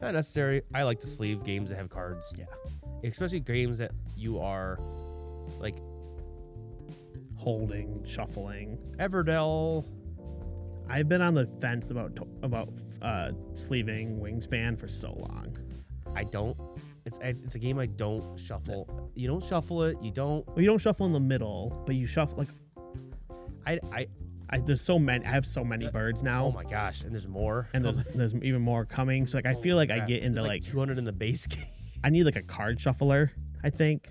[SPEAKER 2] Not necessary. I like to sleeve games that have cards.
[SPEAKER 1] Yeah.
[SPEAKER 2] Especially games that you are like
[SPEAKER 1] holding, shuffling.
[SPEAKER 2] Everdell.
[SPEAKER 1] I've been on the fence about to- about uh, sleeving wingspan for so long.
[SPEAKER 2] I don't. It's, it's it's a game I don't shuffle. You don't shuffle it. You don't.
[SPEAKER 1] Well, you don't shuffle in the middle, but you shuffle like
[SPEAKER 2] I I
[SPEAKER 1] I, there's so many. I have so many
[SPEAKER 2] Uh,
[SPEAKER 1] birds
[SPEAKER 2] Oh
[SPEAKER 1] now,
[SPEAKER 2] my gosh, and there's more.
[SPEAKER 1] and there's, there's even more coming. So like, I feel like I get into like
[SPEAKER 2] 200 in the base game.
[SPEAKER 1] I need like a card shuffler, I think.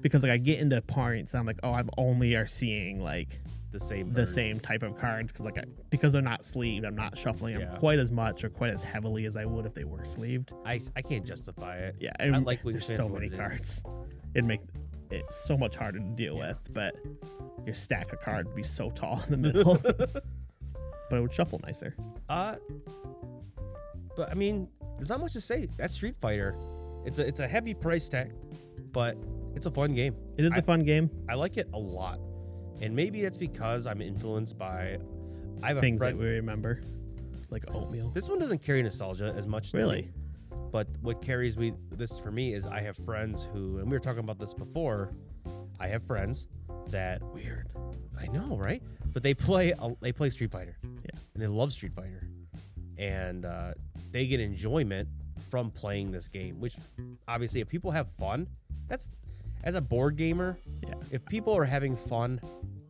[SPEAKER 1] because like I get into points and I'm like, oh, I'm only are seeing like
[SPEAKER 2] The same.
[SPEAKER 1] the
[SPEAKER 2] birds.
[SPEAKER 1] same type of cards because like I, because they're not sleeved, I'm not shuffling them
[SPEAKER 2] Yeah.
[SPEAKER 1] quite as much or quite as heavily as I would if they were sleeved.
[SPEAKER 2] I, s- I can't justify it.
[SPEAKER 1] Yeah, and
[SPEAKER 2] like when you
[SPEAKER 1] there's
[SPEAKER 2] say
[SPEAKER 1] so
[SPEAKER 2] what
[SPEAKER 1] many
[SPEAKER 2] it is.
[SPEAKER 1] cards. It make it so much harder to deal
[SPEAKER 2] Yeah.
[SPEAKER 1] with, but your stack of cards would be so tall in the middle. but it would shuffle nicer.
[SPEAKER 2] Uh, but I mean, there's not much to say. That's Street Fighter. It's a it's a heavy price tag, but it's a fun game.
[SPEAKER 1] It is a
[SPEAKER 2] I-
[SPEAKER 1] fun game.
[SPEAKER 2] I like it a lot, and maybe that's because I'm influenced by. I have a
[SPEAKER 1] Things
[SPEAKER 2] friend.
[SPEAKER 1] that we remember, like oatmeal.
[SPEAKER 2] This one doesn't carry nostalgia as much. to me,
[SPEAKER 1] Really?
[SPEAKER 2] but what carries me this for me is I have friends who, and we were talking about this before. I have friends that
[SPEAKER 1] Weird.
[SPEAKER 2] I know, right? But they play they play Street Fighter.
[SPEAKER 1] Yeah.
[SPEAKER 2] And they love Street Fighter. And uh, they get enjoyment from playing this game, which obviously if people have fun, that's as a board gamer,
[SPEAKER 1] Yeah.
[SPEAKER 2] if people are having fun,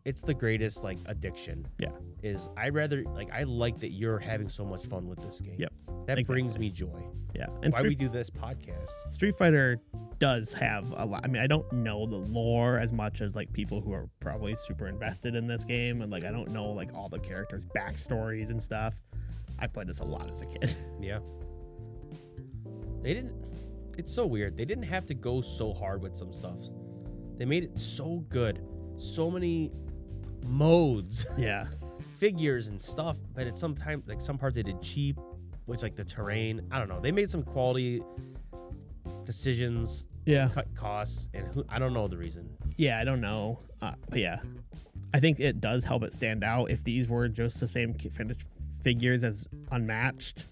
[SPEAKER 2] it's the greatest like addiction.
[SPEAKER 1] Yeah.
[SPEAKER 2] Is I rather like I like that you're having so much fun with this game.
[SPEAKER 1] Yep,
[SPEAKER 2] That
[SPEAKER 1] exactly.
[SPEAKER 2] brings me joy.
[SPEAKER 1] Yeah. And
[SPEAKER 2] Why
[SPEAKER 1] Street
[SPEAKER 2] we do this podcast.
[SPEAKER 1] Street Fighter does have a lot. I mean, I don't know the lore as much as like people who are probably super invested in this game, and like I don't know like all the characters' backstories and stuff. I played this a lot as a kid.
[SPEAKER 2] Yeah. They didn't. It's so weird. They didn't have to go so hard with some stuff. They made it so good. So many modes,
[SPEAKER 1] yeah,
[SPEAKER 2] figures, and stuff. But it's sometimes like some parts they did cheap, which like the terrain. I don't know. They made some quality decisions,
[SPEAKER 1] yeah,
[SPEAKER 2] cut costs, and who, I don't know the reason.
[SPEAKER 1] yeah. I don't know, uh, but yeah, I think it does help it stand out. If these were just the same ki- finished figures as unmatched,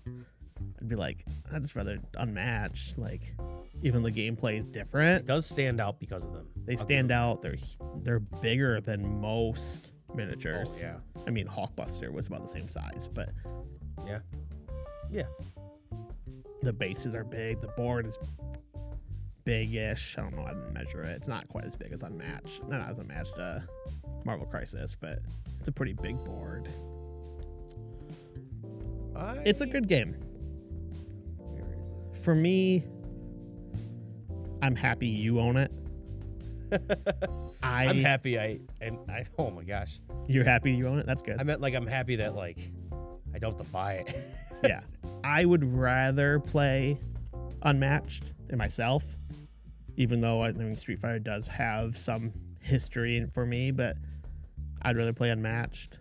[SPEAKER 1] I'd be like, I'd just rather unmatched. Like, even the gameplay is different.
[SPEAKER 2] It does stand out because of them.
[SPEAKER 1] They stand out. They're they're bigger than most miniatures.
[SPEAKER 2] Oh, yeah.
[SPEAKER 1] I mean, Hawkbuster was about the same size, but
[SPEAKER 2] Yeah. Yeah.
[SPEAKER 1] the bases are big. The board is big-ish. I don't know. I didn't measure it. It's not quite as big as Unmatched. No, not as Unmatched. Uh, Marvel Crisis, but it's a pretty big board.
[SPEAKER 2] I-
[SPEAKER 1] It's a good game
[SPEAKER 2] Where is it?
[SPEAKER 1] for me. I'm happy you own it. I
[SPEAKER 2] I'm happy. I and I. Oh my gosh.
[SPEAKER 1] you're happy you own it. That's good.
[SPEAKER 2] I meant like I'm happy that like I don't have to buy it.
[SPEAKER 1] yeah. I would rather play Unmatched and myself, even though I mean Street Fighter does have some history in- for me, but I'd rather play Unmatched.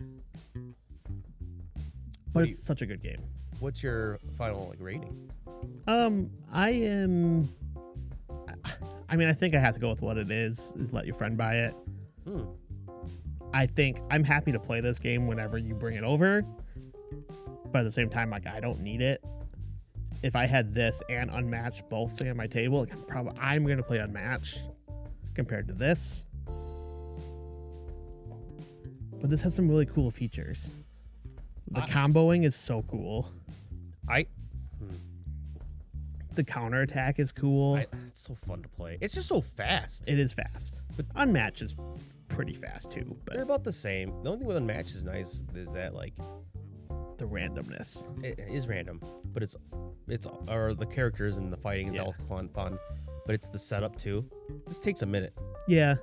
[SPEAKER 2] What
[SPEAKER 1] But
[SPEAKER 2] do
[SPEAKER 1] it's such a good game.
[SPEAKER 2] What's your final like rating?
[SPEAKER 1] Um, I am. I mean, I think I have to go with what it is. Is let your friend buy it.
[SPEAKER 2] Hmm.
[SPEAKER 1] I think I'm happy to play this game whenever you bring it over. But at the same time, like I don't need it. If I had this and unmatched both sitting on my table, like, I'm probably I'm gonna play unmatched compared to this. But this has some really cool features. The
[SPEAKER 2] I-
[SPEAKER 1] comboing is so cool.
[SPEAKER 2] I,
[SPEAKER 1] The counter attack is cool.
[SPEAKER 2] I it's so fun to play. It's just so fast.
[SPEAKER 1] it is fast. But unmatched is pretty fast too.
[SPEAKER 2] They're
[SPEAKER 1] But
[SPEAKER 2] about the same. The only thing with Unmatched is nice is that like
[SPEAKER 1] the randomness.
[SPEAKER 2] it it is random, but it's it's or the characters and the fighting is
[SPEAKER 1] Yeah.
[SPEAKER 2] all fun fun, but it's the setup too. This takes a minute.
[SPEAKER 1] Yeah.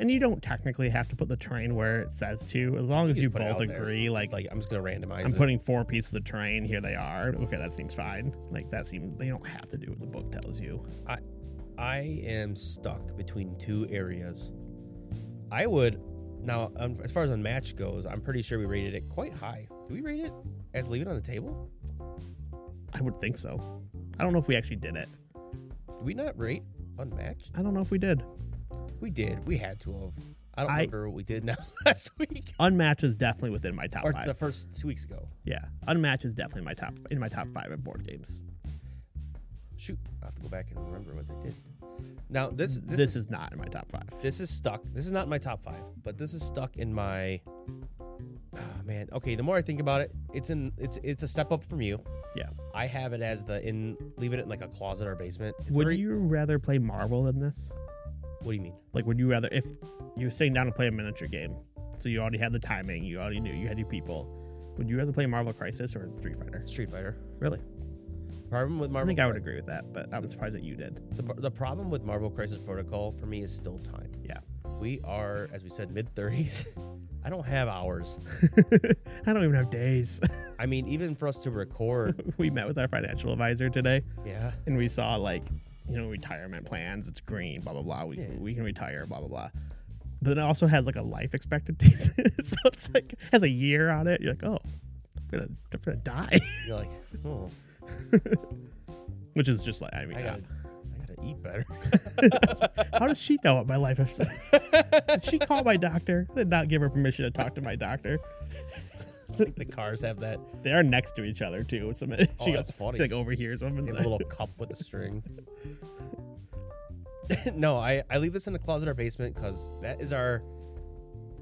[SPEAKER 1] And you don't technically have to put the terrain where it says to, as long as
[SPEAKER 2] just
[SPEAKER 1] you
[SPEAKER 2] put it
[SPEAKER 1] both
[SPEAKER 2] out there.
[SPEAKER 1] agree. Like,
[SPEAKER 2] It's like I'm just gonna randomize.
[SPEAKER 1] I'm
[SPEAKER 2] it.
[SPEAKER 1] putting four pieces of terrain. Here they are. Okay, that seems fine. Like that seems they don't have to do what the book tells you.
[SPEAKER 2] I am stuck between two areas. I would now, um, as far as unmatched goes, I'm pretty sure we rated it quite high. Do we rate it as leave it on the table?
[SPEAKER 1] I would think so. I don't know if we actually did it.
[SPEAKER 2] Did we not rate unmatched?
[SPEAKER 1] I don't know if we did.
[SPEAKER 2] We did. We had to have. I don't
[SPEAKER 1] I-
[SPEAKER 2] remember what we did now last week
[SPEAKER 1] Unmatched is definitely within my top
[SPEAKER 2] or
[SPEAKER 1] five.
[SPEAKER 2] the first two weeks ago.
[SPEAKER 1] yeah, unmatched is definitely my top in my top five of board games.
[SPEAKER 2] Shoot, I have to go back and remember what they did. Now this
[SPEAKER 1] This,
[SPEAKER 2] this, is,
[SPEAKER 1] is not in my top five.
[SPEAKER 2] this is stuck. This is not in my top five, but this is stuck in my. Oh, man, okay. The more I think about it, it's in it's it's a step up from you.
[SPEAKER 1] Yeah.
[SPEAKER 2] I have it as the in leave it in like a closet or basement. It's
[SPEAKER 1] Would
[SPEAKER 2] very-
[SPEAKER 1] you rather play Marvel than this?
[SPEAKER 2] What do you mean?
[SPEAKER 1] Like, would you rather if you were sitting down to play a miniature game? so you already had the timing. You already knew you had your people. Would you rather play Marvel Crisis or Street Fighter?
[SPEAKER 2] Street Fighter.
[SPEAKER 1] Really?
[SPEAKER 2] Problem with
[SPEAKER 1] I
[SPEAKER 2] Marvel.
[SPEAKER 1] think I would agree with that, but I'm surprised that you did.
[SPEAKER 2] The, the problem with Marvel Crisis Protocol for me is still time.
[SPEAKER 1] Yeah.
[SPEAKER 2] We are, as we said, mid 30s. I don't have hours.
[SPEAKER 1] I don't even have days.
[SPEAKER 2] I mean, even for us to record,
[SPEAKER 1] we met with our financial advisor today,
[SPEAKER 2] yeah.
[SPEAKER 1] and we saw like, you know, retirement plans. It's green, blah blah blah. We
[SPEAKER 2] Yeah.
[SPEAKER 1] we can retire, blah blah blah. But then it also has like a life expectancy, so it's like has a year on it. You're like, oh, I'm gonna, I'm gonna die,
[SPEAKER 2] You're like, oh,
[SPEAKER 1] which is just like, I mean,
[SPEAKER 2] I
[SPEAKER 1] uh,
[SPEAKER 2] gotta, I gotta eat better.
[SPEAKER 1] How does she know what my life is? Did she call my doctor? I did not give her permission to talk to my doctor.
[SPEAKER 2] It's like the cars have that
[SPEAKER 1] They are next to each other too. It's a
[SPEAKER 2] Oh,
[SPEAKER 1] she
[SPEAKER 2] that's
[SPEAKER 1] goes,
[SPEAKER 2] funny.
[SPEAKER 1] She like overhears them. And
[SPEAKER 2] they have a little cup with a string. no, I, I leave this in the closet or basement because that is our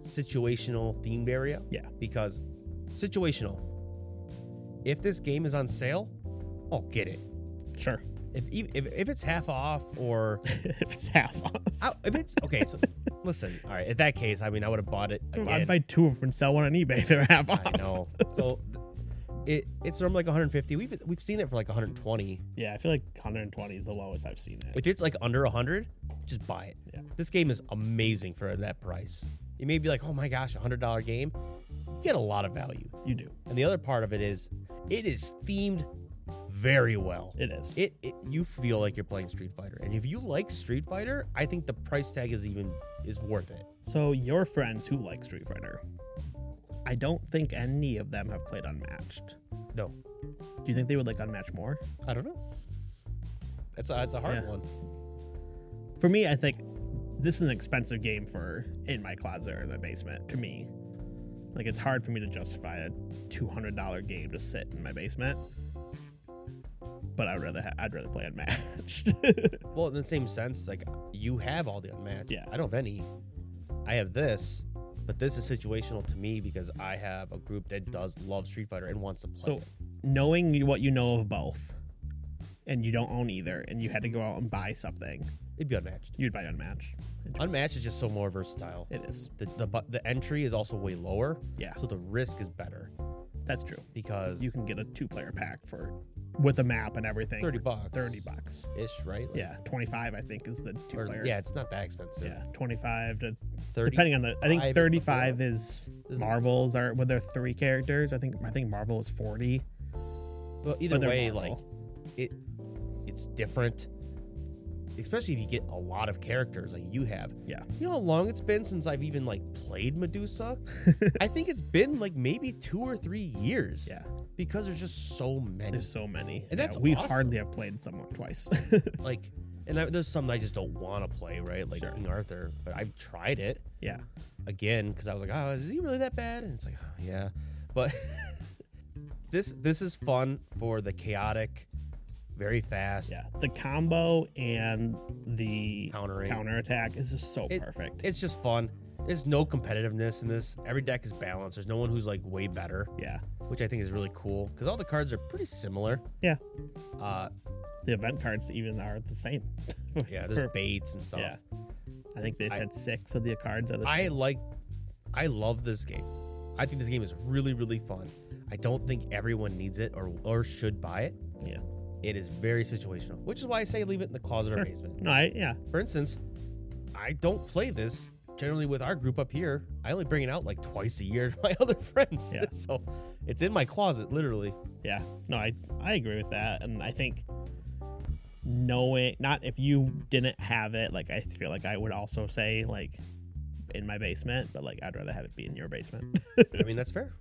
[SPEAKER 2] situational themed area.
[SPEAKER 1] Yeah.
[SPEAKER 2] Because situational. If this game is on sale, I'll get it.
[SPEAKER 1] sure.
[SPEAKER 2] If ev- if, if it's half off or
[SPEAKER 1] if it's half off,
[SPEAKER 2] I- if it's okay, so listen. All right, in that case, I mean, I would have bought it again.
[SPEAKER 1] I'd buy two of them and sell one on eBay if they're half off.
[SPEAKER 2] I know. So th- it it's normally like 150. We've we've seen it for like 120.
[SPEAKER 1] Yeah, I feel like 120 is the lowest I've seen it.
[SPEAKER 2] If it's like under 100, just buy it.
[SPEAKER 1] Yeah.
[SPEAKER 2] This game is amazing for that price. You may be like, oh my gosh, a hundred dollar game. You get a lot of value.
[SPEAKER 1] You do.
[SPEAKER 2] And the other part of it is, it is themed very well.
[SPEAKER 1] It is.
[SPEAKER 2] It, it you feel like you're playing Street Fighter, and if you like Street Fighter, I think the price tag is even is worth it.
[SPEAKER 1] so your friends who like Street Fighter, I don't think any of them have played Unmatched.
[SPEAKER 2] No,
[SPEAKER 1] Do you think they would like Unmatched more?
[SPEAKER 2] I don't know. That's a, that's a hard
[SPEAKER 1] Yeah.
[SPEAKER 2] one.
[SPEAKER 1] for me, I think this is an expensive game for in my closet or in the basement. To me, like it's hard for me to justify a two hundred dollar game to sit in my basement. But I'd rather ha- I'd rather play unmatched.
[SPEAKER 2] Well, in the same sense, like you have all the unmatched.
[SPEAKER 1] Yeah.
[SPEAKER 2] I don't have any. I have this, but this is situational to me because I have a group that does love Street Fighter and wants to play.
[SPEAKER 1] so
[SPEAKER 2] it.
[SPEAKER 1] knowing you- what you know of both, and you don't own either, and you had to go out and buy something,
[SPEAKER 2] It'd be unmatched.
[SPEAKER 1] you'd buy unmatched.
[SPEAKER 2] Unmatched is just so more versatile.
[SPEAKER 1] It is.
[SPEAKER 2] The the bu- the entry is also way lower,
[SPEAKER 1] Yeah,
[SPEAKER 2] so the risk is better
[SPEAKER 1] that's true.
[SPEAKER 2] because
[SPEAKER 1] You can get a two player pack for with a map and everything.
[SPEAKER 2] thirty
[SPEAKER 1] for
[SPEAKER 2] bucks,
[SPEAKER 1] Thirty bucks.
[SPEAKER 2] ish, right? Like-
[SPEAKER 1] Yeah, twenty five I think is the two
[SPEAKER 2] or-
[SPEAKER 1] players.
[SPEAKER 2] yeah, it's not that expensive.
[SPEAKER 1] Yeah, 25 to
[SPEAKER 2] 30,
[SPEAKER 1] depending on the. I
[SPEAKER 2] 35 is
[SPEAKER 1] think
[SPEAKER 2] the
[SPEAKER 1] 35 is,
[SPEAKER 2] This is-
[SPEAKER 1] Marvels are well, there are three characters. I think I think Marvel is 40.
[SPEAKER 2] Well, either
[SPEAKER 1] they're
[SPEAKER 2] way, like
[SPEAKER 1] Marvel.
[SPEAKER 2] it, it's different. Especially if you get a lot of characters like you have.
[SPEAKER 1] Yeah.
[SPEAKER 2] You know how long it's been since I've even like played Medusa? I think it's been like maybe two or three years.
[SPEAKER 1] Yeah.
[SPEAKER 2] Because there's just so many.
[SPEAKER 1] There's so many.
[SPEAKER 2] And that's
[SPEAKER 1] we
[SPEAKER 2] awesome.
[SPEAKER 1] hardly have played someone twice.
[SPEAKER 2] like, and I, there's some that I just don't want to play, right? Like
[SPEAKER 1] Sure.
[SPEAKER 2] King Arthur. But I've tried it
[SPEAKER 1] yeah,
[SPEAKER 2] again because I was like, oh, is he really that bad? And it's like, oh, yeah. But this this is fun for the chaotic, very fast.
[SPEAKER 1] yeah. The combo and the
[SPEAKER 2] Countering.
[SPEAKER 1] counterattack is just so
[SPEAKER 2] It-
[SPEAKER 1] perfect.
[SPEAKER 2] it's just fun. There's no competitiveness in this. Every deck is balanced. There's no one who's like way better,
[SPEAKER 1] yeah,
[SPEAKER 2] which I think is really cool because all the cards are pretty similar.
[SPEAKER 1] Yeah.
[SPEAKER 2] Uh,
[SPEAKER 1] the event cards even are the same.
[SPEAKER 2] yeah. There's
[SPEAKER 1] For-
[SPEAKER 2] baits and stuff.
[SPEAKER 1] Yeah. I think they've
[SPEAKER 2] I-
[SPEAKER 1] had six of the cards. Of the,
[SPEAKER 2] I like. I love this game. I think this game is really really fun. I don't think everyone needs it or or should buy it.
[SPEAKER 1] Yeah.
[SPEAKER 2] It is very situational, which is why I say leave it in the closet or
[SPEAKER 1] Sure.
[SPEAKER 2] basement.
[SPEAKER 1] no, I, yeah,
[SPEAKER 2] For instance, I don't play this generally with our group up here. I only bring it out like twice a year to my other friends.
[SPEAKER 1] Yeah.
[SPEAKER 2] So it's in my closet, literally.
[SPEAKER 1] Yeah, no, I I agree with that, and I think knowing not if you didn't have it, like I feel like I would also say like in my basement, but like I'd rather have it be in your basement.
[SPEAKER 2] I mean, that's fair.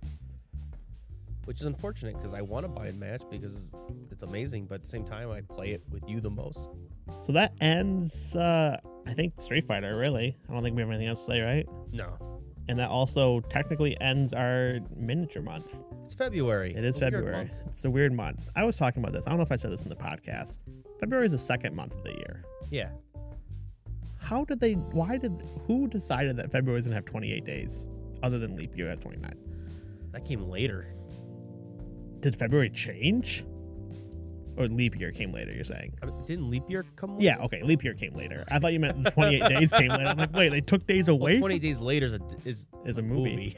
[SPEAKER 2] Which is unfortunate because I want to buy a match because it's amazing, but at the same time, I play it with you the most.
[SPEAKER 1] so that ends, uh, I think Street Fighter. Really, I don't think we have anything else to say, right?
[SPEAKER 2] No,
[SPEAKER 1] And that also technically ends our miniature month.
[SPEAKER 2] it's February.
[SPEAKER 1] It is
[SPEAKER 2] It's a weird
[SPEAKER 1] February.
[SPEAKER 2] month.
[SPEAKER 1] It's a weird month. I was talking about this. I don't know if I said this in the podcast. February is the second month of the year.
[SPEAKER 2] Yeah.
[SPEAKER 1] How did they? Why did? Who decided that February doesn't have 28 days, other than leap year at 29?
[SPEAKER 2] That came later.
[SPEAKER 1] Did February change? or leap year came later. You're saying.
[SPEAKER 2] I mean, didn't leap year come?
[SPEAKER 1] Yeah,
[SPEAKER 2] later?
[SPEAKER 1] okay. Leap year came later. I thought you meant the 28 days came later. I'm like, wait, they took days
[SPEAKER 2] Well,
[SPEAKER 1] away
[SPEAKER 2] Oh, Twenty days later is a, is
[SPEAKER 1] as a movie.
[SPEAKER 2] movie,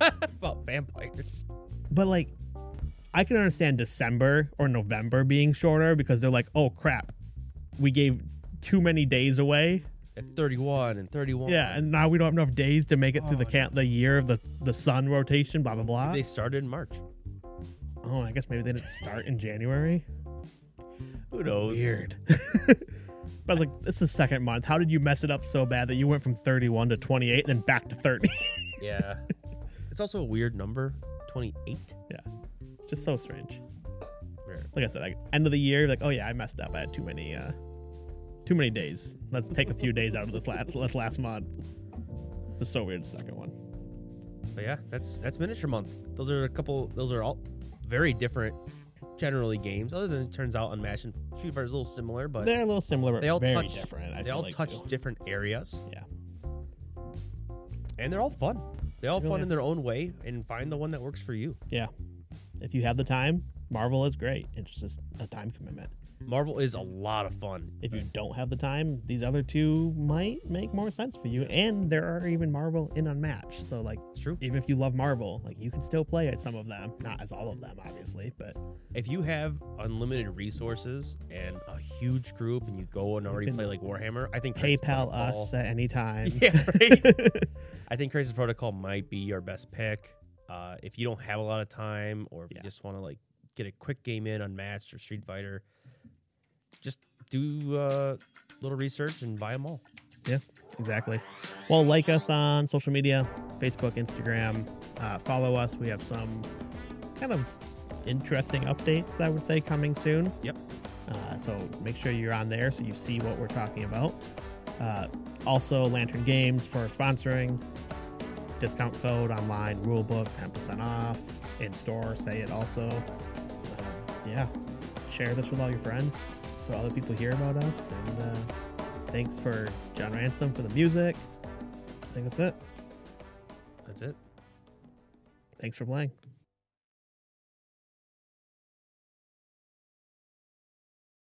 [SPEAKER 2] about vampires.
[SPEAKER 1] But like, I can understand December or November being shorter because they're like, oh crap, we gave too many days away.
[SPEAKER 2] At thirty-one and thirty-one.
[SPEAKER 1] Yeah, and now we don't have enough days to make it through the
[SPEAKER 2] Oh,
[SPEAKER 1] count, the year of the the sun rotation. Blah blah blah.
[SPEAKER 2] they started in March.
[SPEAKER 1] Oh, I guess maybe they didn't start in January.
[SPEAKER 2] Who knows?
[SPEAKER 1] Weird. But like, it's the second month. How did you mess it up so bad that you went from 31 to 28 and then back to 30?
[SPEAKER 2] Yeah. it's also a weird number. Twenty-eight.
[SPEAKER 1] Just so strange.
[SPEAKER 2] Weird.
[SPEAKER 1] Like I said, like end of the year, like oh yeah, I messed up. I had too many, uh too many days. Let's take a few days out of this last this last month. Just so weird. the Second one.
[SPEAKER 2] But yeah, that's that's miniature month. Those are a couple. Those are all very different, generally games. Other than it turns out Unmash and Street Fighter is a little similar, but
[SPEAKER 1] They're a little similar, but
[SPEAKER 2] they all
[SPEAKER 1] very
[SPEAKER 2] touch-
[SPEAKER 1] different. I
[SPEAKER 2] they
[SPEAKER 1] feel
[SPEAKER 2] all
[SPEAKER 1] like,
[SPEAKER 2] touch
[SPEAKER 1] too.
[SPEAKER 2] different areas.
[SPEAKER 1] Yeah.
[SPEAKER 2] And they're all fun. They all
[SPEAKER 1] They really
[SPEAKER 2] fun
[SPEAKER 1] are.
[SPEAKER 2] in their own way, and find the one that works for you.
[SPEAKER 1] If you have the time, Marvel is great. It's just a time commitment.
[SPEAKER 2] Marvel is a lot of fun.
[SPEAKER 1] If you don't have the time, these other two might make more sense for you. And there are even Marvel in Unmatched, so like.
[SPEAKER 2] It's true.
[SPEAKER 1] even if you love Marvel, like you can still play at some of them, not as all of them, obviously, but
[SPEAKER 2] If you have unlimited resources and a huge group, and you go and already
[SPEAKER 1] can
[SPEAKER 2] play like Warhammer, I think Crisis
[SPEAKER 1] PayPal
[SPEAKER 2] Protocol-
[SPEAKER 1] us at any time.
[SPEAKER 2] Yeah, right? I think Crisis Protocol might be your best pick. Uh, if you don't have a lot of time, or if
[SPEAKER 1] Yeah.
[SPEAKER 2] you just want to like get a quick game in on Match or Street Fighter, just do uh, little research and buy them all.
[SPEAKER 1] exactly. Well, like us on social media Facebook, Instagram. Uh, follow us. We have some kind of interesting updates, I would say, coming soon.
[SPEAKER 2] Yep.
[SPEAKER 1] Uh, so make sure you're on there so you see what we're talking about. Uh, also, Lantern Games for sponsoring. Discount code online, rulebook, 10% off. In store, say it also. Uh, yeah. Share this with all your friends so other people hear about us. And uh, thanks for John Ransom for the music. I think that's it.
[SPEAKER 2] That's it.
[SPEAKER 1] Thanks for playing.